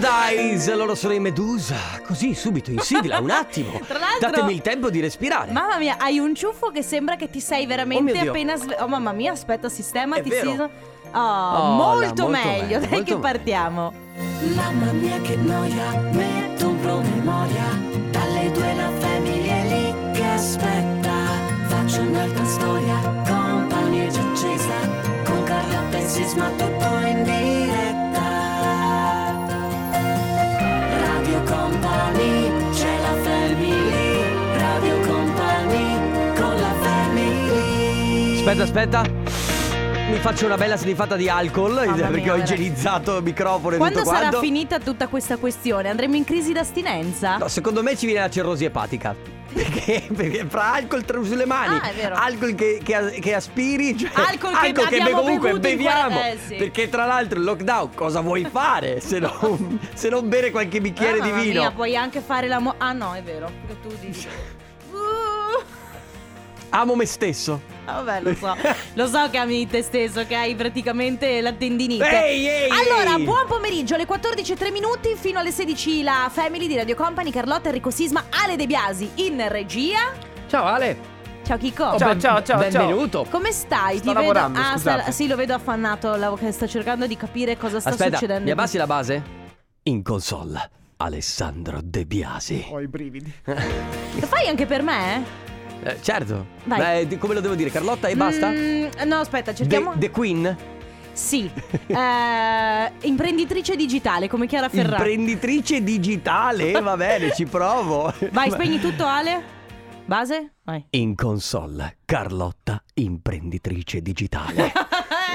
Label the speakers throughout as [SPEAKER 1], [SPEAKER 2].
[SPEAKER 1] Paradise, loro sono i Medusa. Così, subito, in sigla, un attimo.
[SPEAKER 2] Tra l'altro-
[SPEAKER 1] Datemi il tempo di respirare.
[SPEAKER 2] Eh. Mamma mia, hai un ciuffo che sembra che ti sei
[SPEAKER 1] Oh
[SPEAKER 2] veramente
[SPEAKER 1] mio Dio.
[SPEAKER 2] appena sve- Oh mamma mia, aspetta, sistema,
[SPEAKER 1] È
[SPEAKER 2] ti
[SPEAKER 1] vero.
[SPEAKER 2] si- Oh,
[SPEAKER 1] la-
[SPEAKER 2] molto,
[SPEAKER 1] molto meglio,
[SPEAKER 2] meglio,
[SPEAKER 1] molto
[SPEAKER 2] dai che
[SPEAKER 1] meglio.
[SPEAKER 2] partiamo.
[SPEAKER 3] Mamma mia che noia, metto un promemoria, dalle due la famiglia è lì che aspetta. Faccio un'altra storia, compagnia già accesa, con Carlotta e Sisma tutto in diretta. Radio Company, c'è la family, Radio Company, con la family.
[SPEAKER 1] Aspetta, aspetta. Mi faccio una bella sniffata di alcol
[SPEAKER 2] Mamma mia,
[SPEAKER 1] perché ho
[SPEAKER 2] veramente.
[SPEAKER 1] igienizzato il microfono e
[SPEAKER 2] Quando
[SPEAKER 1] tutto
[SPEAKER 2] sarà
[SPEAKER 1] quanto.
[SPEAKER 2] finita tutta questa questione? Andremo in crisi d'astinenza?
[SPEAKER 1] No, secondo me ci viene la cirrosi epatica. Perché? Perché fra alcol tra sulle mani,
[SPEAKER 2] Ah, è vero.
[SPEAKER 1] alcol che, che- che aspiri, cioè
[SPEAKER 2] Alcol che abbiamo
[SPEAKER 1] comunque
[SPEAKER 2] bevuto in
[SPEAKER 1] beviamo.
[SPEAKER 2] que- eh, sì.
[SPEAKER 1] Perché tra l'altro il lockdown cosa vuoi fare se non, se non bere qualche bicchiere
[SPEAKER 2] Ah,
[SPEAKER 1] di
[SPEAKER 2] mamma
[SPEAKER 1] vino?
[SPEAKER 2] Mia, puoi anche fare la mo- Ah no, è vero, che tu dici. Uh,
[SPEAKER 1] Amo me stesso.
[SPEAKER 2] Vabbè, lo so. Lo so che ami te stesso, che hai praticamente la tendinite.
[SPEAKER 1] Ehi, ehi,
[SPEAKER 2] Allora,
[SPEAKER 1] ehi.
[SPEAKER 2] buon pomeriggio, alle 14.03 minuti fino alle 16 la Family di Radio Company, Carlotta, Enrico Sisma, Ale De Biasi in regia.
[SPEAKER 4] Ciao Ale.
[SPEAKER 2] Ciao
[SPEAKER 1] Oh,
[SPEAKER 2] Chicco.
[SPEAKER 4] ciao, ciao, ciao.
[SPEAKER 5] benvenuto.
[SPEAKER 2] Come stai?
[SPEAKER 5] Sto lavorando,
[SPEAKER 2] ah,
[SPEAKER 5] scusate.
[SPEAKER 2] sta- sì, lo vedo affannato, la- che sta cercando di capire cosa sta
[SPEAKER 1] Aspetta,
[SPEAKER 2] succedendo.
[SPEAKER 1] mi abbassi la base? In console, Alessandro De Biasi.
[SPEAKER 5] Ho i brividi.
[SPEAKER 2] Lo fai anche per me?
[SPEAKER 1] Eh, certo.
[SPEAKER 2] Vai.
[SPEAKER 1] Beh, di- come lo devo dire? Carlotta e basta?
[SPEAKER 2] Mm, no, aspetta,
[SPEAKER 1] The,
[SPEAKER 2] cerchiamo.
[SPEAKER 1] The Queen?
[SPEAKER 2] Sì. Eh, imprenditrice digitale come Chiara Ferrara.
[SPEAKER 1] Imprenditrice digitale, va bene, ci provo.
[SPEAKER 2] Vai,
[SPEAKER 1] Ma-
[SPEAKER 2] spegni tutto, Ale. Base? Vai.
[SPEAKER 1] In console, Carlotta, imprenditrice digitale.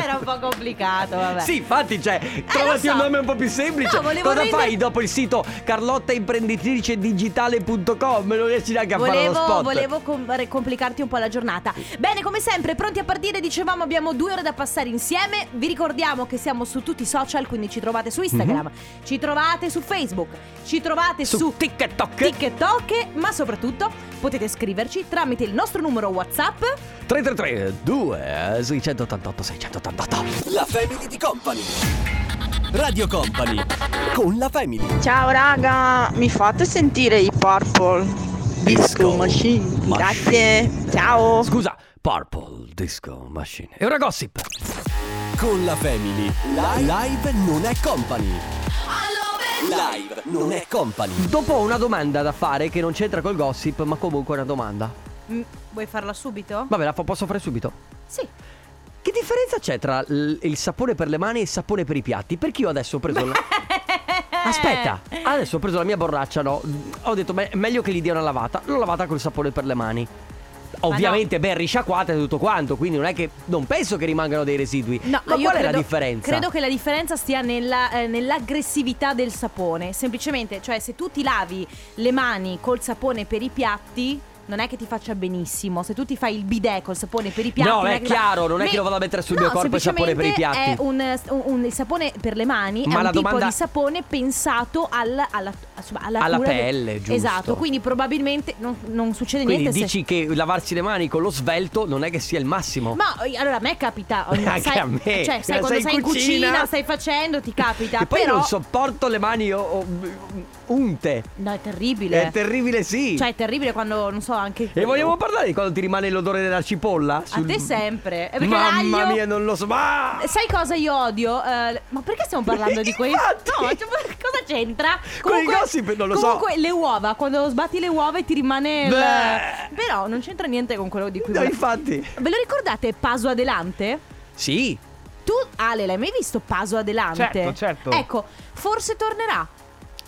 [SPEAKER 2] Era un po' complicato, vabbè. Eh,
[SPEAKER 1] sì, infatti, cioè, trovati
[SPEAKER 2] lo so.
[SPEAKER 1] un nome un po' più semplice.
[SPEAKER 2] No, volevo
[SPEAKER 1] Cosa
[SPEAKER 2] rendere-
[SPEAKER 1] fai dopo il sito carlottaimprenditricedigitale.com? Non riesci neanche a fare lo
[SPEAKER 2] Volevo,
[SPEAKER 1] spot.
[SPEAKER 2] volevo com- complicarti un po' la giornata. Bene, come sempre, pronti a partire? Dicevamo abbiamo due ore da passare insieme. Vi ricordiamo che siamo su tutti i social, quindi ci trovate su Instagram, ci trovate su Facebook, ci trovate su,
[SPEAKER 1] Mhm. Su, TikTok
[SPEAKER 2] TikTok, ma soprattutto potete scriverci tramite il nostro numero WhatsApp.
[SPEAKER 1] 333 2 688 688 La Family di Company Radio Company con la Family
[SPEAKER 6] Ciao raga, mi fate sentire i Purple Disco Machine? Grazie, ciao.
[SPEAKER 1] Oh, Scusa, Purple Disco Machine. E ora gossip.
[SPEAKER 7] Con la Family. Live, non è company. Live non è company.
[SPEAKER 1] Dopo ho una domanda da fare che non c'entra col gossip, ma comunque è una domanda.
[SPEAKER 2] Mm, Vuoi farla subito?
[SPEAKER 1] Vabbè, la fa- posso fare subito.
[SPEAKER 2] Sì.
[SPEAKER 1] Che differenza c'è tra l- il sapone per le mani e il sapone per i piatti? Perché io adesso ho preso la... Aspetta,
[SPEAKER 2] Eh.
[SPEAKER 1] adesso ho preso la mia borraccia, no? Ho detto, beh, meglio che gli dia una lavata. L'ho lavata col sapone per le mani. Ovviamente ben risciacquata e tutto quanto, quindi non è che non penso che rimangano dei residui.
[SPEAKER 2] No,
[SPEAKER 1] Ma
[SPEAKER 2] io
[SPEAKER 1] qual
[SPEAKER 2] credo,
[SPEAKER 1] è la differenza?
[SPEAKER 2] Credo che la differenza stia nella, eh, nell'aggressività del sapone. Semplicemente, cioè, se tu ti lavi le mani col sapone per i piatti. Non è che ti faccia benissimo. Se tu ti fai il bidet col sapone per i piatti.
[SPEAKER 1] No,
[SPEAKER 2] non
[SPEAKER 1] è
[SPEAKER 2] che-
[SPEAKER 1] chiaro, non è che
[SPEAKER 2] Me-
[SPEAKER 1] lo vado a mettere sul
[SPEAKER 2] No,
[SPEAKER 1] mio corpo il sapone per i
[SPEAKER 2] semplicemente
[SPEAKER 1] piatti.
[SPEAKER 2] È un, un- il sapone per le mani
[SPEAKER 1] Ma
[SPEAKER 2] è un
[SPEAKER 1] la
[SPEAKER 2] tipo
[SPEAKER 1] domanda-
[SPEAKER 2] di sapone pensato alla, alla, insomma, alla,
[SPEAKER 1] Alla
[SPEAKER 2] cura del-
[SPEAKER 1] pelle, giusto.
[SPEAKER 2] Esatto, quindi probabilmente non, non succede
[SPEAKER 1] Quindi
[SPEAKER 2] niente. se-
[SPEAKER 1] dici che lavarsi le mani con lo svelto non è che sia il massimo.
[SPEAKER 2] Ma eh, allora a me capita ogni-
[SPEAKER 1] Anche
[SPEAKER 2] sai,
[SPEAKER 1] a me.
[SPEAKER 2] Cioè, sai
[SPEAKER 1] Sei
[SPEAKER 2] quando
[SPEAKER 1] in
[SPEAKER 2] sei in cucina,
[SPEAKER 1] cucina,
[SPEAKER 2] stai facendo, ti capita.
[SPEAKER 1] E poi
[SPEAKER 2] però
[SPEAKER 1] non sopporto le mani o- o- unte.
[SPEAKER 2] No, è terribile.
[SPEAKER 1] È terribile, sì.
[SPEAKER 2] Cioè, è terribile quando non so anche
[SPEAKER 1] e vogliamo parlare di quando ti rimane l'odore della cipolla?
[SPEAKER 2] A te sempre. Eh, Perché
[SPEAKER 1] Mamma
[SPEAKER 2] l'aglio- Eh,
[SPEAKER 1] mia, non lo so. Ma...
[SPEAKER 2] Sai cosa io odio? Eh, ma perché stiamo parlando di questo?
[SPEAKER 1] Infatti.
[SPEAKER 2] No, cioè, ma cosa c'entra?
[SPEAKER 1] Con i gossip non lo so.
[SPEAKER 2] Comunque, le uova, quando sbatti le uova e ti rimane il-
[SPEAKER 1] Beh.
[SPEAKER 2] Però non c'entra niente con quello di cui
[SPEAKER 1] No,
[SPEAKER 2] volevo-
[SPEAKER 1] infatti.
[SPEAKER 2] Ve lo ricordate Paso Adelante?
[SPEAKER 1] Sì.
[SPEAKER 2] Tu, Ale, l'hai mai visto Paso Adelante?
[SPEAKER 4] Certo, certo.
[SPEAKER 2] Ecco, forse tornerà.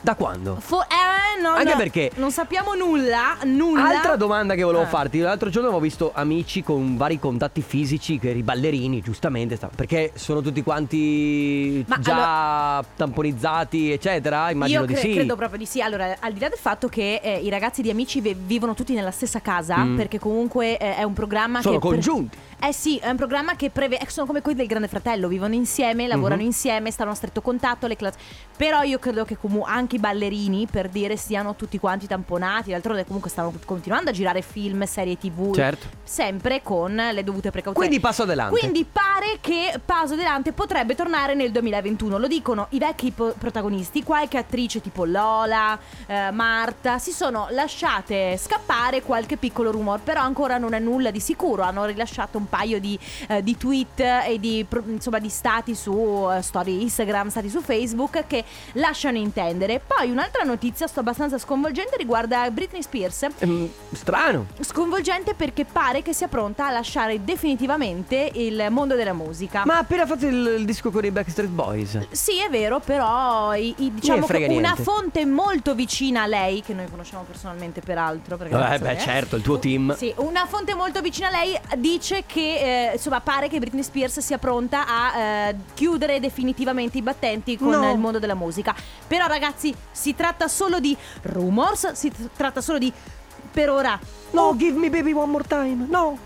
[SPEAKER 1] Da quando?
[SPEAKER 2] Fo- eh, no,
[SPEAKER 1] Anche
[SPEAKER 2] no,
[SPEAKER 1] perché-
[SPEAKER 2] non sappiamo nulla, nulla.
[SPEAKER 1] Altra domanda che volevo
[SPEAKER 2] Ah.
[SPEAKER 1] farti. L'altro giorno avevo visto amici con vari contatti fisici, che eri ballerini, giustamente, sta- perché sono tutti quanti
[SPEAKER 2] Ma
[SPEAKER 1] già tamponizzati, eccetera. Immagino
[SPEAKER 2] Io
[SPEAKER 1] di
[SPEAKER 2] cre-
[SPEAKER 1] sì.
[SPEAKER 2] credo proprio di sì. Allora, al di là del fatto che eh, i ragazzi di Amici ve- vivono tutti nella stessa casa,
[SPEAKER 1] Mm.
[SPEAKER 2] perché comunque eh, è un programma
[SPEAKER 1] sono
[SPEAKER 2] che per-
[SPEAKER 1] congiunti.
[SPEAKER 2] Eh sì, è un programma che prevede. Sono come quelli del Grande Fratello, vivono insieme, lavorano
[SPEAKER 1] Mhm.
[SPEAKER 2] insieme, stanno a stretto contatto. Le classi. Però io credo che comunque anche i ballerini, per dire, siano tutti quanti tamponati. D'altronde, comunque, stanno continuando a girare film, serie tv.
[SPEAKER 1] Certo.
[SPEAKER 2] Sempre con le dovute precauzioni.
[SPEAKER 1] Quindi passo adelante.
[SPEAKER 2] Quindi pare che Paso Delante potrebbe tornare nel 2021. Lo dicono i vecchi po- protagonisti, qualche attrice tipo Lola, eh, Marta, si sono lasciate scappare qualche piccolo rumor, però ancora non è nulla di sicuro. Hanno rilasciato un paio di, eh, di tweet e di, pro- insomma, di stati su eh, storie Instagram, stati su Facebook che lasciano intendere. Poi un'altra notizia, sto abbastanza sconvolgente, riguarda Britney Spears.
[SPEAKER 1] Ehm, strano.
[SPEAKER 2] Sconvolgente perché pare che sia pronta a lasciare definitivamente il mondo della musica.
[SPEAKER 1] Ma ha appena fatto il, il disco con i Backstreet Boys.
[SPEAKER 2] Sì, è vero, però i- i- diciamo che
[SPEAKER 1] frega
[SPEAKER 2] una
[SPEAKER 1] niente.
[SPEAKER 2] fonte molto vicina a lei, che noi conosciamo personalmente peraltro. Perché
[SPEAKER 1] Eh,
[SPEAKER 2] adesso,
[SPEAKER 1] beh, certo, il tuo team.
[SPEAKER 2] Sì, una fonte molto vicina a lei dice che, eh, insomma, pare che Britney Spears sia pronta a eh, chiudere definitivamente i battenti con
[SPEAKER 1] No.
[SPEAKER 2] il mondo della musica. Però, ragazzi, si tratta solo di rumors, si tr- tratta solo di, per ora,
[SPEAKER 1] No, give me baby one more time. No.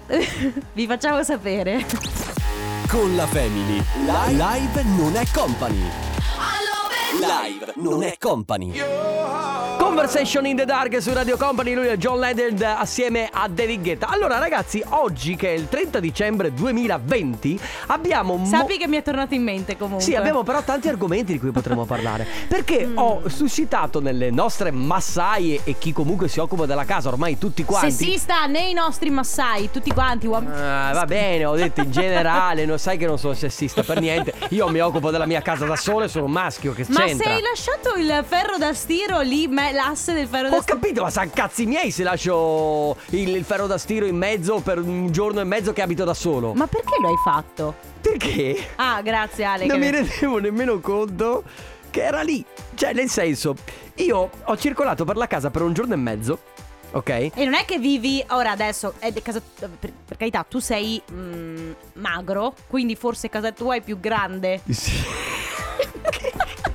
[SPEAKER 2] vi facciamo sapere.
[SPEAKER 7] Con la Family. Live, live non è company. Live non è company.
[SPEAKER 1] Conversation in the Dark su Radio Company, lui è John Legend assieme a David Guetta. Allora ragazzi, oggi che è il 30 dicembre 2020 abbiamo... un
[SPEAKER 2] Sappi che mi è tornato in mente comunque.
[SPEAKER 1] Sì, abbiamo però tanti argomenti di cui potremmo parlare. Perché ho suscitato nelle nostre massaie e chi comunque si occupa della casa, ormai tutti quanti.
[SPEAKER 2] Se si sta nei nostri massai, tutti quanti, uom-
[SPEAKER 1] Ah, va bene, ho detto in generale, non sai che non sono sessista per niente. Io mi occupo della mia casa da solo e sono un maschio che
[SPEAKER 2] Ma
[SPEAKER 1] c'entra.
[SPEAKER 2] se hai lasciato il ferro da stiro lì, me- l'asse del ferro da
[SPEAKER 1] Ho
[SPEAKER 2] stiro.
[SPEAKER 1] capito, ma san cazzi miei se lascio il, il ferro da stiro in mezzo per un giorno e mezzo che abito da solo.
[SPEAKER 2] Ma perché lo hai fatto?
[SPEAKER 1] perché?
[SPEAKER 2] Ah, grazie Ale.
[SPEAKER 1] Non
[SPEAKER 2] che-
[SPEAKER 1] mi rendevo nemmeno conto che era lì. Cioè, nel senso, io ho circolato per la casa per un giorno e mezzo, ok?
[SPEAKER 2] E non è che vivi ora adesso, è de- casa- per, per carità, tu sei mm, magro, quindi forse casa tua è più grande.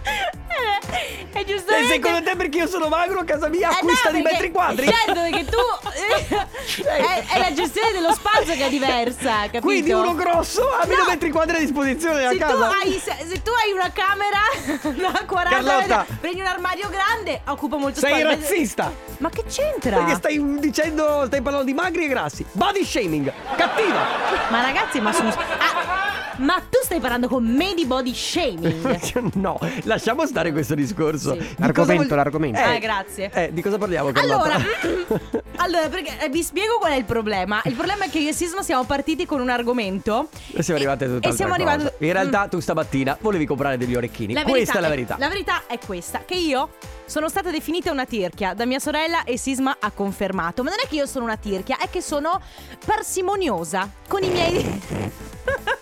[SPEAKER 2] Eh, è giusto.
[SPEAKER 1] E secondo te perché io sono magro a casa mia acquista di metri quadri?
[SPEAKER 2] Eh, Certo, perché tu eh, è, è la gestione dello spazio che è diversa, capito?
[SPEAKER 1] Cioè, Quindi uno grosso ha meno
[SPEAKER 2] No.
[SPEAKER 1] metri quadri a disposizione della
[SPEAKER 2] se tu,
[SPEAKER 1] casa.
[SPEAKER 2] hai, se, se tu hai una camera da 40
[SPEAKER 1] Carlotta.
[SPEAKER 2] metri, prendi un armadio grande, occupa molto
[SPEAKER 1] Sei
[SPEAKER 2] spazio.
[SPEAKER 1] razzista!
[SPEAKER 2] Ma che c'entra?
[SPEAKER 1] Perché stai dicendo, stai parlando di magri e grassi. Body shaming, cattiva!
[SPEAKER 2] Ma ragazzi, ma scusa. Ah, ma tu stai parlando con me di body shaming?
[SPEAKER 1] No, lasciamo stare questo discorso.
[SPEAKER 2] Sì.
[SPEAKER 1] Di cosa
[SPEAKER 4] Argomento,
[SPEAKER 1] voglio-
[SPEAKER 4] l'argomento.
[SPEAKER 2] Ah, grazie.
[SPEAKER 1] Eh, di cosa parliamo?
[SPEAKER 2] Allora, mm.
[SPEAKER 1] Carlotta?
[SPEAKER 2] allora perché, eh, vi spiego qual è il problema. Il problema è che io e Sisma siamo partiti con un argomento.
[SPEAKER 1] E siamo arrivati a tutt'altra
[SPEAKER 2] E siamo mm.
[SPEAKER 1] cosa.
[SPEAKER 2] arrivati.
[SPEAKER 1] In realtà tu stamattina volevi comprare degli orecchini. Questa è la verità.
[SPEAKER 2] La verità è questa: che io sono stata definita una tirchia da mia sorella e Sisma ha confermato. Ma non è che io sono una tirchia, è che sono parsimoniosa con i miei.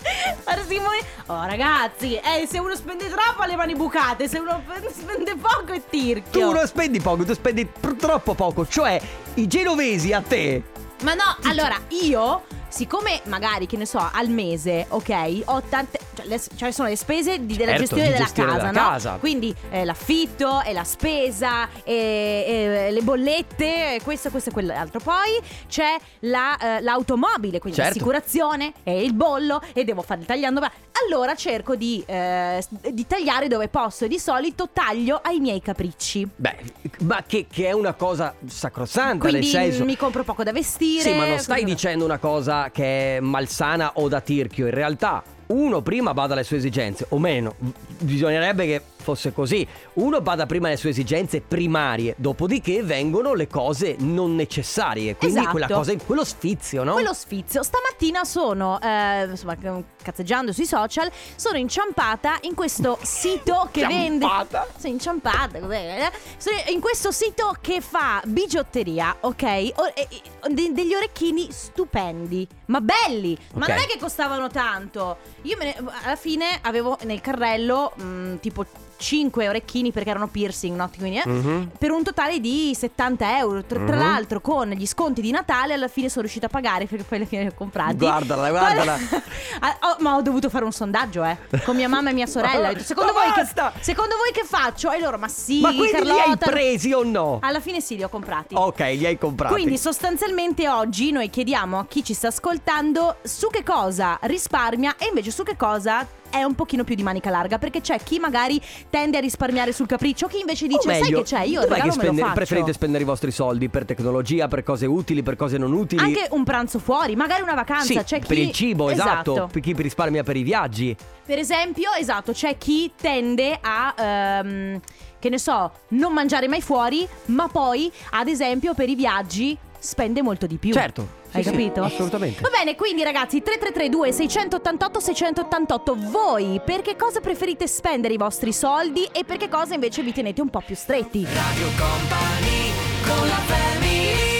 [SPEAKER 2] Parsimoni- Oh ragazzi, eh, se uno spende troppo ha le mani bucate, se uno spende poco è tirchio.
[SPEAKER 1] Tu non spendi poco, tu spendi pr- troppo poco. Cioè, i genovesi a te.
[SPEAKER 2] Ma no, allora io, siccome magari, che ne so, al mese, ok, ho tante. Cioè, le- cioè sono le spese di- della
[SPEAKER 1] Certo,
[SPEAKER 2] gestione
[SPEAKER 1] di
[SPEAKER 2] della
[SPEAKER 1] gestione
[SPEAKER 2] casa,
[SPEAKER 1] della
[SPEAKER 2] no?
[SPEAKER 1] casa.
[SPEAKER 2] Quindi eh, l'affitto, e la spesa, e, e le bollette, e questo, questo e quell'altro. Poi c'è la, eh, l'automobile, quindi
[SPEAKER 1] Certo.
[SPEAKER 2] l'assicurazione e il bollo, e devo fare il tagliando. ma- Allora cerco di, eh, di tagliare dove posso, e di solito taglio ai miei capricci.
[SPEAKER 1] Beh, ma che, che è una cosa sacrosanta,
[SPEAKER 2] Quindi
[SPEAKER 1] nel senso.
[SPEAKER 2] mi compro poco da vestire.
[SPEAKER 1] Sì, ma non stai
[SPEAKER 2] cosa-
[SPEAKER 1] dicendo una cosa che è malsana o da tirchio. In realtà, uno prima bada alle sue esigenze, o meno, bisognerebbe che fosse così. Uno bada prima alle sue esigenze primarie, dopodiché vengono le cose non necessarie. Quindi
[SPEAKER 2] Esatto.
[SPEAKER 1] quella cosa, quello sfizio, no?
[SPEAKER 2] Quello sfizio. Stamattina sono, eh, insomma, cazzeggiando sui social, sono inciampata in questo sito che vende.
[SPEAKER 1] Inciampata?
[SPEAKER 2] Sono inciampata, cos'è? eh? Sono in questo sito che fa bigiotteria, ok? O- e- e- de- degli orecchini stupendi, ma belli. Ma
[SPEAKER 1] Ok.
[SPEAKER 2] non è che costavano tanto. Io me ne- alla fine avevo nel carrello, mh, mm, tipo. 5 orecchini perché erano piercing, no? Quindi, eh,
[SPEAKER 1] Mhm.
[SPEAKER 2] per un totale di 70 euro. Tra, tra
[SPEAKER 1] Mm-hmm.
[SPEAKER 2] l'altro, con gli sconti di Natale, alla fine sono riuscita a pagare perché poi alla fine li ho comprati.
[SPEAKER 1] Guardala, guardala.
[SPEAKER 2] Ah, oh, ma ho dovuto fare un sondaggio, eh, con mia mamma e mia sorella. Ho detto, secondo,
[SPEAKER 1] Ma
[SPEAKER 2] voi che,
[SPEAKER 1] basta!"
[SPEAKER 2] secondo voi che faccio? E loro, ma sì,
[SPEAKER 1] Ma quindi li hai Oh,
[SPEAKER 2] Carlotta."
[SPEAKER 1] presi o no?
[SPEAKER 2] Alla fine sì, li ho comprati.
[SPEAKER 1] Ok, li hai comprati.
[SPEAKER 2] Quindi sostanzialmente oggi noi chiediamo a chi ci sta ascoltando su che cosa risparmia e invece su che cosa è un pochino più di manica larga perché c'è chi magari tende a risparmiare sul capriccio, chi invece dice
[SPEAKER 1] o meglio,
[SPEAKER 2] sai che c'è, io il
[SPEAKER 1] dov'è
[SPEAKER 2] regalo
[SPEAKER 1] che
[SPEAKER 2] me lo
[SPEAKER 1] spende-
[SPEAKER 2] faccio.
[SPEAKER 1] preferite spendere i vostri soldi per tecnologia, per cose utili, per cose non utili?
[SPEAKER 2] Anche un pranzo fuori, magari una vacanza,
[SPEAKER 1] Sì,
[SPEAKER 2] c'è chi
[SPEAKER 1] per il cibo, esatto.
[SPEAKER 2] esatto.
[SPEAKER 1] Per chi risparmia per i viaggi.
[SPEAKER 2] Per esempio, esatto, c'è chi tende a ehm, che ne so, non mangiare mai fuori, ma poi ad esempio per i viaggi spende molto di più.
[SPEAKER 1] Certo. sì,
[SPEAKER 2] Hai
[SPEAKER 1] sì,
[SPEAKER 2] capito?
[SPEAKER 1] assolutamente.
[SPEAKER 2] Va bene, quindi ragazzi, 3332 688 688, voi per che cosa preferite spendere i vostri soldi e per che cosa invece vi tenete un po' più stretti?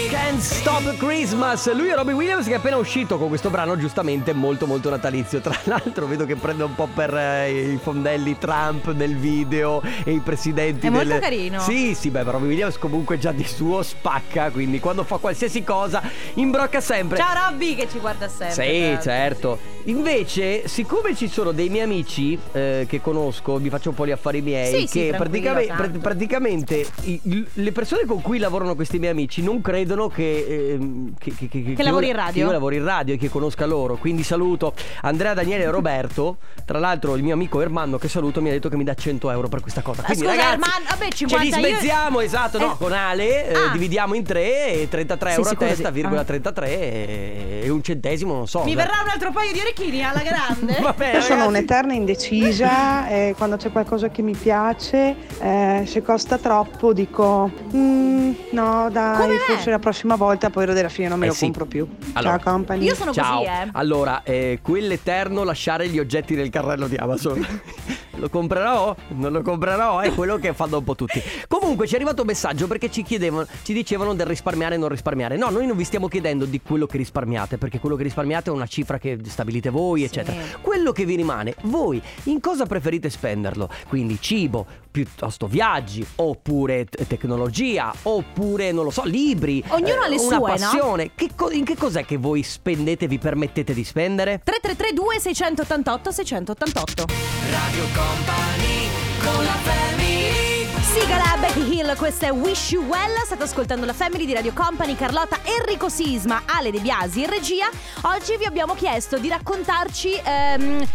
[SPEAKER 1] Can't Stop Christmas, lui è Robbie Williams che è appena uscito con questo brano giustamente molto molto natalizio, tra l'altro vedo che prende un po' per eh, i fondelli Trump nel video e i presidenti
[SPEAKER 2] È molto
[SPEAKER 1] del-
[SPEAKER 2] carino.
[SPEAKER 1] Sì, sì, beh, Robbie Williams comunque già di suo spacca, quindi quando fa qualsiasi cosa imbrocca sempre.
[SPEAKER 2] Ciao Robby che ci guarda sempre.
[SPEAKER 1] Sì, certo. Invece, siccome ci sono dei miei amici eh, che conosco, vi faccio un po' gli affari miei,
[SPEAKER 2] Sì, sì,
[SPEAKER 1] che
[SPEAKER 2] tranquillo,
[SPEAKER 1] praticame-
[SPEAKER 2] tanto.
[SPEAKER 1] pra- praticamente i- l- le persone con cui lavorano questi miei amici non credono che... ehm, che, che, che- che
[SPEAKER 2] lavori
[SPEAKER 1] io-
[SPEAKER 2] in radio?
[SPEAKER 1] che Io lavoro in radio e che conosca loro. Quindi saluto Andrea, Daniele e Roberto. Tra l'altro il mio amico Ermanno che saluto mi ha detto che mi dà 100 euro per questa cosa.
[SPEAKER 2] Ah,
[SPEAKER 1] Quindi,
[SPEAKER 2] scusa,
[SPEAKER 1] ragazzi,
[SPEAKER 2] Ermanno, vabbè,
[SPEAKER 1] Ce
[SPEAKER 2] 50
[SPEAKER 1] li
[SPEAKER 2] io-
[SPEAKER 1] spensiamo, esatto, no,
[SPEAKER 2] Eh.
[SPEAKER 1] con Ale, eh,
[SPEAKER 2] Ah.
[SPEAKER 1] dividiamo in tre e 33
[SPEAKER 2] Sì,
[SPEAKER 1] euro a
[SPEAKER 2] sì, quello
[SPEAKER 1] testa,
[SPEAKER 2] sì.
[SPEAKER 1] virgola
[SPEAKER 2] Ah.
[SPEAKER 1] 33 e e un centesimo, non so.
[SPEAKER 2] Mi
[SPEAKER 1] Dai.
[SPEAKER 2] verrà un altro paio di orecchini alla grande.
[SPEAKER 1] Vabbè,
[SPEAKER 4] Io sono
[SPEAKER 1] ragazzi.
[SPEAKER 4] un'eterna indecisa e quando c'è qualcosa che mi piace, eh, se costa troppo dico "Mm, no dai,
[SPEAKER 2] Come me.
[SPEAKER 4] forse la prossima volta poi alla fine non me
[SPEAKER 1] Eh
[SPEAKER 4] lo
[SPEAKER 1] sì.
[SPEAKER 4] compro più.
[SPEAKER 1] Allora,
[SPEAKER 4] Ciao company.
[SPEAKER 2] Io sono
[SPEAKER 1] Ciao.
[SPEAKER 2] così, eh.
[SPEAKER 1] Allora, eh, quell'eterno lasciare gli oggetti nel carrello di Amazon. lo comprerò? Non lo comprerò? È quello che fanno un po' tutti. Comunque ci è arrivato un messaggio perché ci chiedevano, ci dicevano del risparmiare e non risparmiare. No, noi non vi stiamo chiedendo di quello che risparmiate, perché quello che risparmiate è una cifra che stabilite voi, eccetera. Quello che vi rimane, voi in cosa preferite spenderlo? Quindi cibo, piuttosto viaggi, oppure t- tecnologia, oppure non lo so, libri. eh,
[SPEAKER 2] Ognuno ha le
[SPEAKER 1] una
[SPEAKER 2] sue, no?
[SPEAKER 1] passione. Che co- in che cos'è che voi spendete, vi permettete di spendere?
[SPEAKER 2] 3332 688 688 Sigala Becky Hill, questa è Wish You Well, state ascoltando la Family di Radio Company, Carlotta, Enrico Sisma, Ale De Biasi in regia. Oggi vi abbiamo chiesto di raccontarci ehm,